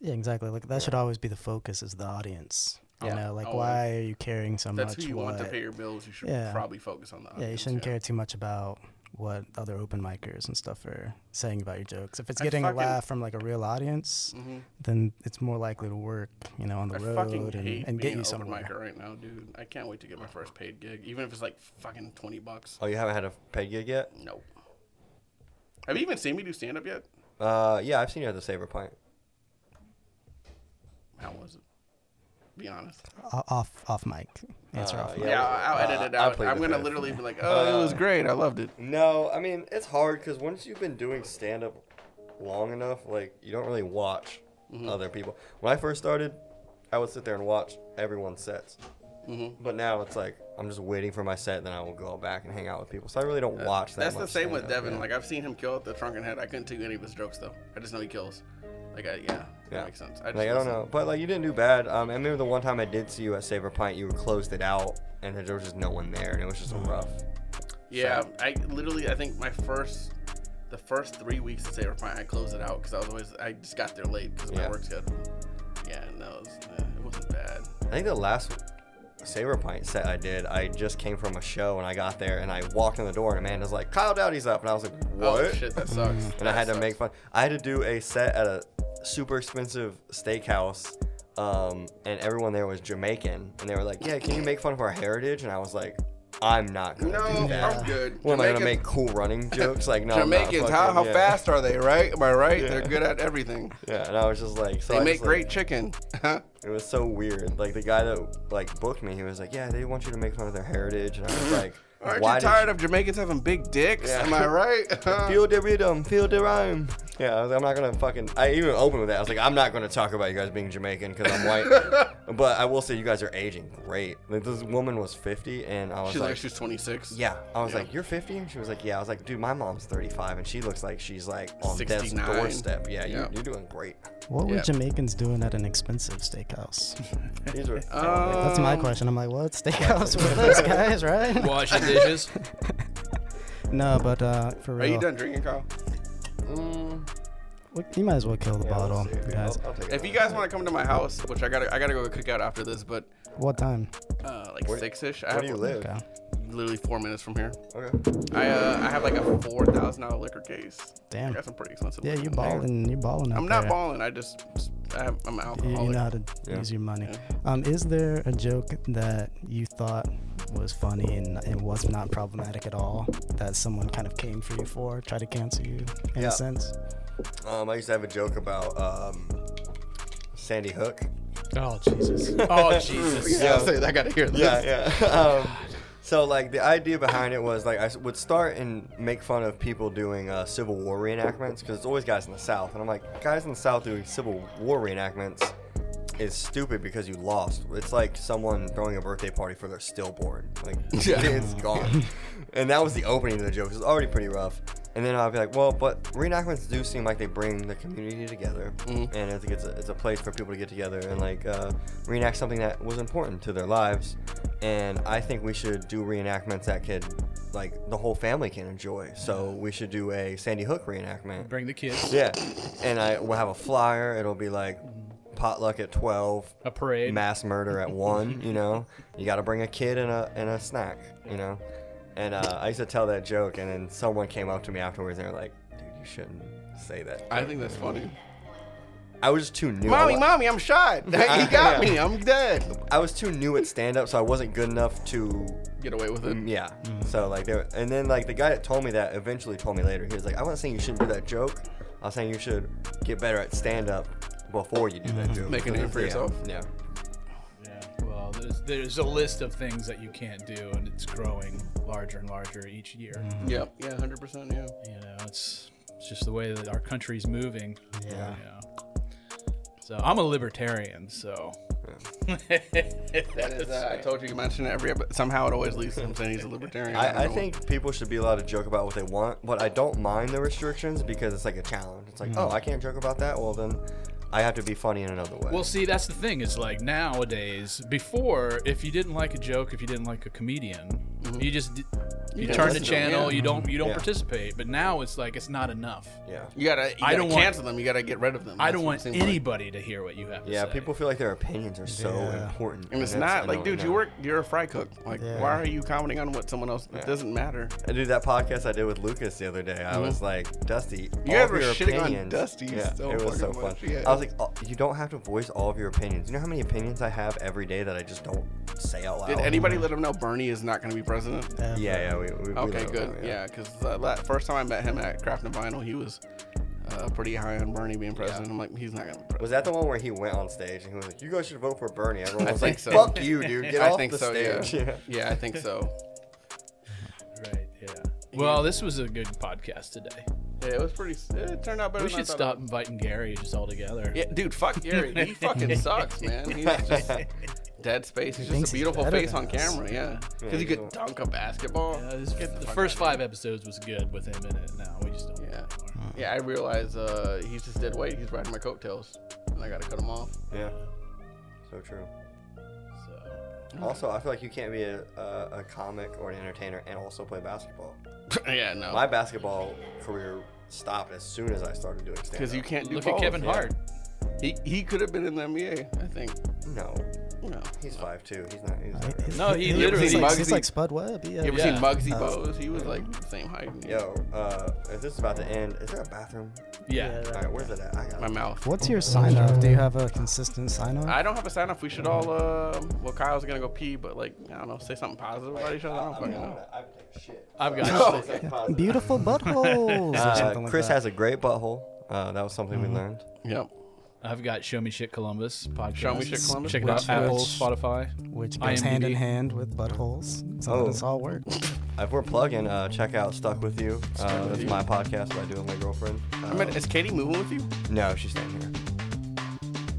Yeah, exactly. Like that should always be the focus is the audience. You
Yeah.
know, like
Always.
why are you caring so
That's
much?
who you want to
what-
pay your bills, you should probably focus on the
Yeah, you
audience,
shouldn't
yeah.
care too much about what other open micers and stuff are saying about your jokes. If it's
I
getting
fucking-
a laugh from like a real audience,
Mhm.
then it's more likely to work, you know, on the
I
road
fucking
and,
hate being
and get you
an open
somewhere.
micer right now, dude. I can't wait to get my first paid gig, even if it's like fucking twenty bucks.
Oh, you haven't had a peg gig yet?
Nope. Have you even seen me do stand up yet?
Uh yeah, I've seen you at the Saber Pint.
How was it? Be honest.
O- off off mic. Answer
Uh,
off mic.
Yeah, I'll, I'll edit it
Uh, I
out.
played
I'm
the
gonna
fifth.
literally be like, oh, it was great. I loved it.
No, I mean it's hard because once you've been doing stand up long enough, like you don't really watch
Mm-hmm.
other people. When I first started, I would sit there and watch everyone's sets.
Mm-hmm.
But now it's like I'm just waiting for my set, then I will go back and hang out with people. So I really don't watch that.
That's the
much
same with
stand-up,
Devin.
yeah.
Like I've seen him kill at the Drunken Head. I couldn't do any of his jokes though. I just know he kills. Like I, yeah,
Yeah.
that makes sense.
like
just
I don't
listen.
know, but like you didn't do bad. Um, I remember the one time I did see you at Saver Pint, you closed it out, and there was just no one there, and it was just
Mm-hmm.
rough.
Yeah, I literally I think my first the first three weeks at Saver Pine I closed it out because I was always I just got there late because of my
Yeah.
work schedule. Yeah, no, it, was, uh, it wasn't bad.
I think the last Saber Pint set I did, I just came from a show and I got there and I walked in the door and Amanda's like, Kyle Dowdy's up. And I was like, what?
Oh, shit, that sucks.
And I
That
had to
sucks.
make fun. I had to do a set at a super expensive steakhouse um, and everyone there was Jamaican. And they were like, yeah, can you make fun of our heritage? And I was like, I'm not gonna
No,
do that.
I'm good.
What am I gonna
Jamaicans-
make cool running jokes? Like no, I'm not
Jamaicans, how,
fucking-
how
yeah.
fast are they, right? Am I right?
Yeah.
They're good at everything.
Yeah, and I was just like, so
they
I
make
just, like-
great chicken.
It was so weird. Like the guy that like booked me, he was like, "Yeah, they want you to make fun of their heritage," and I was like,
Aren't
"Why
you
did
tired of Jamaicans having big dicks?
Yeah.
Am I right?
feel the rhythm, feel the rhyme. Yeah, I was, I'm not gonna fucking. I even opened with that. I was like, I'm not gonna talk about you guys being Jamaican because I'm white. but I will say you guys are aging great. Like, this woman was 50, and I was
She's like,
like,
she's 26.
Yeah, I was
Yeah.
like, you're 50, and she was like, yeah. I was like, dude, my mom's 35, and she looks like she's like on death's
69.
doorstep. Yeah,
Yeah.
You, you're doing great.
What were
Yeah.
Jamaicans doing at an expensive steakhouse?
These were-
Oh.
That's
Um,
my question. I'm like, what steakhouse were those guys, right?
Wash the dishes.
No, but uh, for
Are
real,
you done drinking, Kyle?
we- you might as well kill the bottle, guys.
If you guys want to come to my house, which I gotta, I gotta go cook out after this, but
What time?
uh, like
Where-
six ish.
where do you live? Okay.
Literally four minutes from here.
Okay.
I uh, I have like a four thousand dollar liquor case.
Damn.
I got some pretty expensive.
Yeah,
liquor
you're
in there.
balling. You're balling. out
I'm not
there.
balling. I just, I have, I'm an
You,
alcoholic.
you know how to
Yeah.
use your money. Um, is there a joke that you thought was funny and, and was not problematic at all that someone kind of came for you for, tried to cancel you in
Yeah.
a sense?
Um, I used to have a joke about um, Sandy Hook.
Oh Jesus!
Oh, Jesus.
Yeah, I was like, I gotta hear this.
Yeah, yeah. Um, so like the idea behind it was like I s- would start and make fun of people doing uh, Civil War reenactments because it's always guys in the South, and I'm like, guys in the South doing Civil War reenactments is stupid because you lost. It's like someone throwing a birthday party for their stillborn. Like
Yeah.
it's gone. and that was the opening of the joke. It was already pretty rough. And then I'll be like, well, but reenactments do seem like they bring the community together, and I think it's a, it's a place for people to get together and like uh, reenact something that was important to their lives. And I think we should do reenactments that could, like, the whole family can enjoy. So we should do a Sandy Hook reenactment.
Bring the kids.
Yeah, and I will have a flyer. It'll be like potluck at twelve,
A parade.
mass murder at one. You know, you got to bring a kid and a and a snack. You know, and uh, I used to tell that joke, and then someone came up to me afterwards, and they're like, "Dude, you shouldn't say that."
I think that's funny.
I was just too new.
mommy,
I wa-
mommy, I'm shot. he got
Yeah.
me. I'm dead.
I was too new at stand up, so I wasn't good enough to
Get away with it.
Mm, Yeah.
Mm-hmm.
So like there, and then like the guy that told me that eventually told me later. He was like, "I wasn't saying you shouldn't do that joke. I was saying you should get better at stand up before you do
Mm-hmm.
that joke.
Make a
So
name for
yeah,
yourself.
Yeah.
Yeah. Well, there's, there's a list of things that you can't do, and it's growing larger and larger each year.
Yep. Yeah, hundred percent. Yeah.
You know, it's it's just the way that our country's moving.
Yeah.
you know. So I'm a libertarian, so.
That is, uh, I told you you mentioned it every episode. Somehow it always leads to him saying he's a libertarian. don't
I, I
know.
think people should be allowed to joke about what they want, but I don't mind the restrictions because it's like a challenge. It's
Mm.
like,
Mhm.
oh, I can't joke about that. Well, then I have to be funny in another way.
Well, see, that's the thing. Is like nowadays, before, if you didn't like a joke, if you didn't like a comedian, you just d- you,
didn't
turn the
Mm-hmm. listen to 'em,
channel.
yeah.
You don't you don't
Yeah.
participate. But now it's like it's not enough.
Yeah,
you gotta. You
I don't want-
cancel them. You gotta get rid of them.
I
That's
don't
what
want
it seems like.
anybody to hear what you have to
yeah,
say.
people feel like their opinions are so
Yeah.
important,
And it's
that's
not like,
annoying.
dude, you work. You're a fry cook. Like,
Yeah.
why are you commenting on what someone else?
Yeah.
It doesn't matter.
I did that podcast I did with Lucas the other day. I
Mhm.
was like, Dusty,
You
all
guys
of
were
your
shitting on
opinions.
Dusty
yeah,
so
it was
fucking
so fun.
much, yeah.
I was like, oh, you don't have to voice all of your opinions. You know how many opinions I have every day that I just don't say out loud.
Did anybody let him know Bernie is not going to be president?
Yeah, yeah, we. we, we let
okay,
him
good.
know,
yeah, because la first time I met him at Craft and Vinyl, he was uh, pretty high on Bernie being president. I'm like, he's not going to be president.
Was that the one where he went on stage and he was like, "You guys should vote for Bernie"? Everyone
I
was
think
like,
so.
"Fuck you, dude! Get
I
off
think
the
so, yeah.
stage!"
Yeah, I think so.
Right. Yeah. Well, this was a good podcast today.
Yeah, it was pretty. It turned out better.
We
than I
should
thought
stop
it
inviting Gary just all together.
Yeah, dude, fuck Gary. He fucking sucks, man. He's just dead space. He's
He thinks
just a
he's
beautiful
better
face
than
on
us.
camera, yeah.
Yeah,
Because
he's
he could
all-
dunk a basketball.
Yeah, this-
Get
the
fuck
first
out.
five episodes was good with him in it. Now we just don't.
Yeah. Yeah, I realize uh, he's just dead weight. He's riding my coattails. And I gotta cut him off.
Yeah. yeah. So true. Also, I feel like you can't be a, a, a comic or an entertainer and also play basketball.
yeah, no.
My basketball career stopped as soon as I started doing stand
Because you can't do
Look at
both,
Kevin
yeah.
Hart.
He, he could have been in the NBA, I think.
No. No. He's five two. He's not. He's
I-
not
he's-
No, he literally-
he's like, he's
Muggsy-
like Spud Webb. Yeah.
You ever seen Muggsy
Uh,
Bowes? He was like the same height.
Yo, uh, if this is about to end, is there a bathroom?
Yeah.
All right, where's it at? I got
My mouth.
What's your sign off? Do you have a consistent sign off?
I don't have a sign off. We should all, uh, well, Kyle's gonna go pee, but like, I don't know, say something positive about each other. I don't fucking know.
I've
got
Beautiful buttholes. or something like
Uh, Chris
that.
has a great butthole. Uh, that was something
Mm-hmm.
we learned.
Yep.
I've got Show Me Shit Columbus podcast.
Show Me Shit Columbus.
Check it out.
Which-
Apple,
which-
Spotify,
Which goes hand in
IMDb.
hand with buttholes. So
Oh.
it's all work.
If we're plugging, uh, check out Stuck With You.
Stuck
Uh,
With
that's
You.
my podcast that I do with my girlfriend. Uh,
I mean, is Katie moving with you?
No, she's staying here.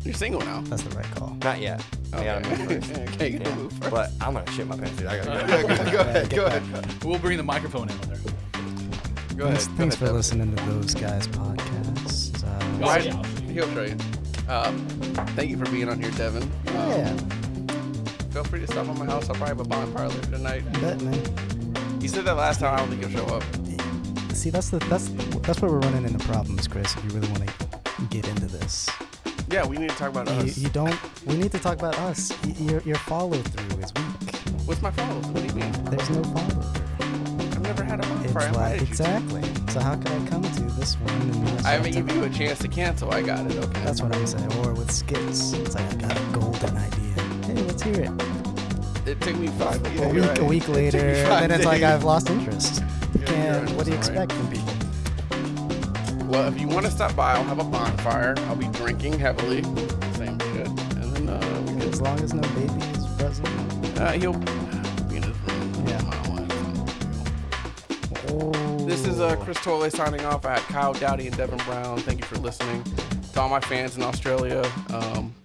You're single now.
That's the right call.
Not yet. I gotta
Okay.
move first.
Okay, you gotta
Yeah.
move first.
But I'm gonna shit my pants. Dude. I gotta
All right.
go.
Go ahead, go ahead. We'll bring the microphone in on there.
Go ahead.
thanks thanks for listening to those guys podcasts. Uh,
Why- He'll show you. Um, thank you for being on here, Devin. Um,
Yeah.
Feel free to stop at my house. I'll probably have a bonfire later tonight.
Bet, man.
He said that last time. I don't think he'll show up.
See, that's the that's that's where we're running into problems, Chris. If you really want to get into this,
Yeah, we need to talk about
you,
us.
you don't. We need to talk about us. Y- Your your follow through is weak.
What's my follow? What do you mean?
There's no follow through.
I've never had a
It's
bonfire. I
like
invited you.
exactly. So how can I come to this one? And not
I haven't
have
given you a chance to cancel. I got it.
to-
Okay.
that's what I'm saying. Or with skits, it's like I got a golden idea. Hey, let's hear it.
It took me five.
a
yeah,
week,
you're right.
a week
It took me
later,
five
and then it's like
days.
I've lost interest. You
Yeah,
can't.
you're
What do you
right.
expect from people?
Well, if you want to stop by, I'll have a bonfire. I'll be drinking heavily. Same shit. And then uh, we
As
can.
long as no baby is present.
Uh, he'll. You know, yeah. This is uh, Chris Tolle signing off. I had Kyle Dowdy and Devin Brown. Thank you for listening. To all my fans in Australia, um,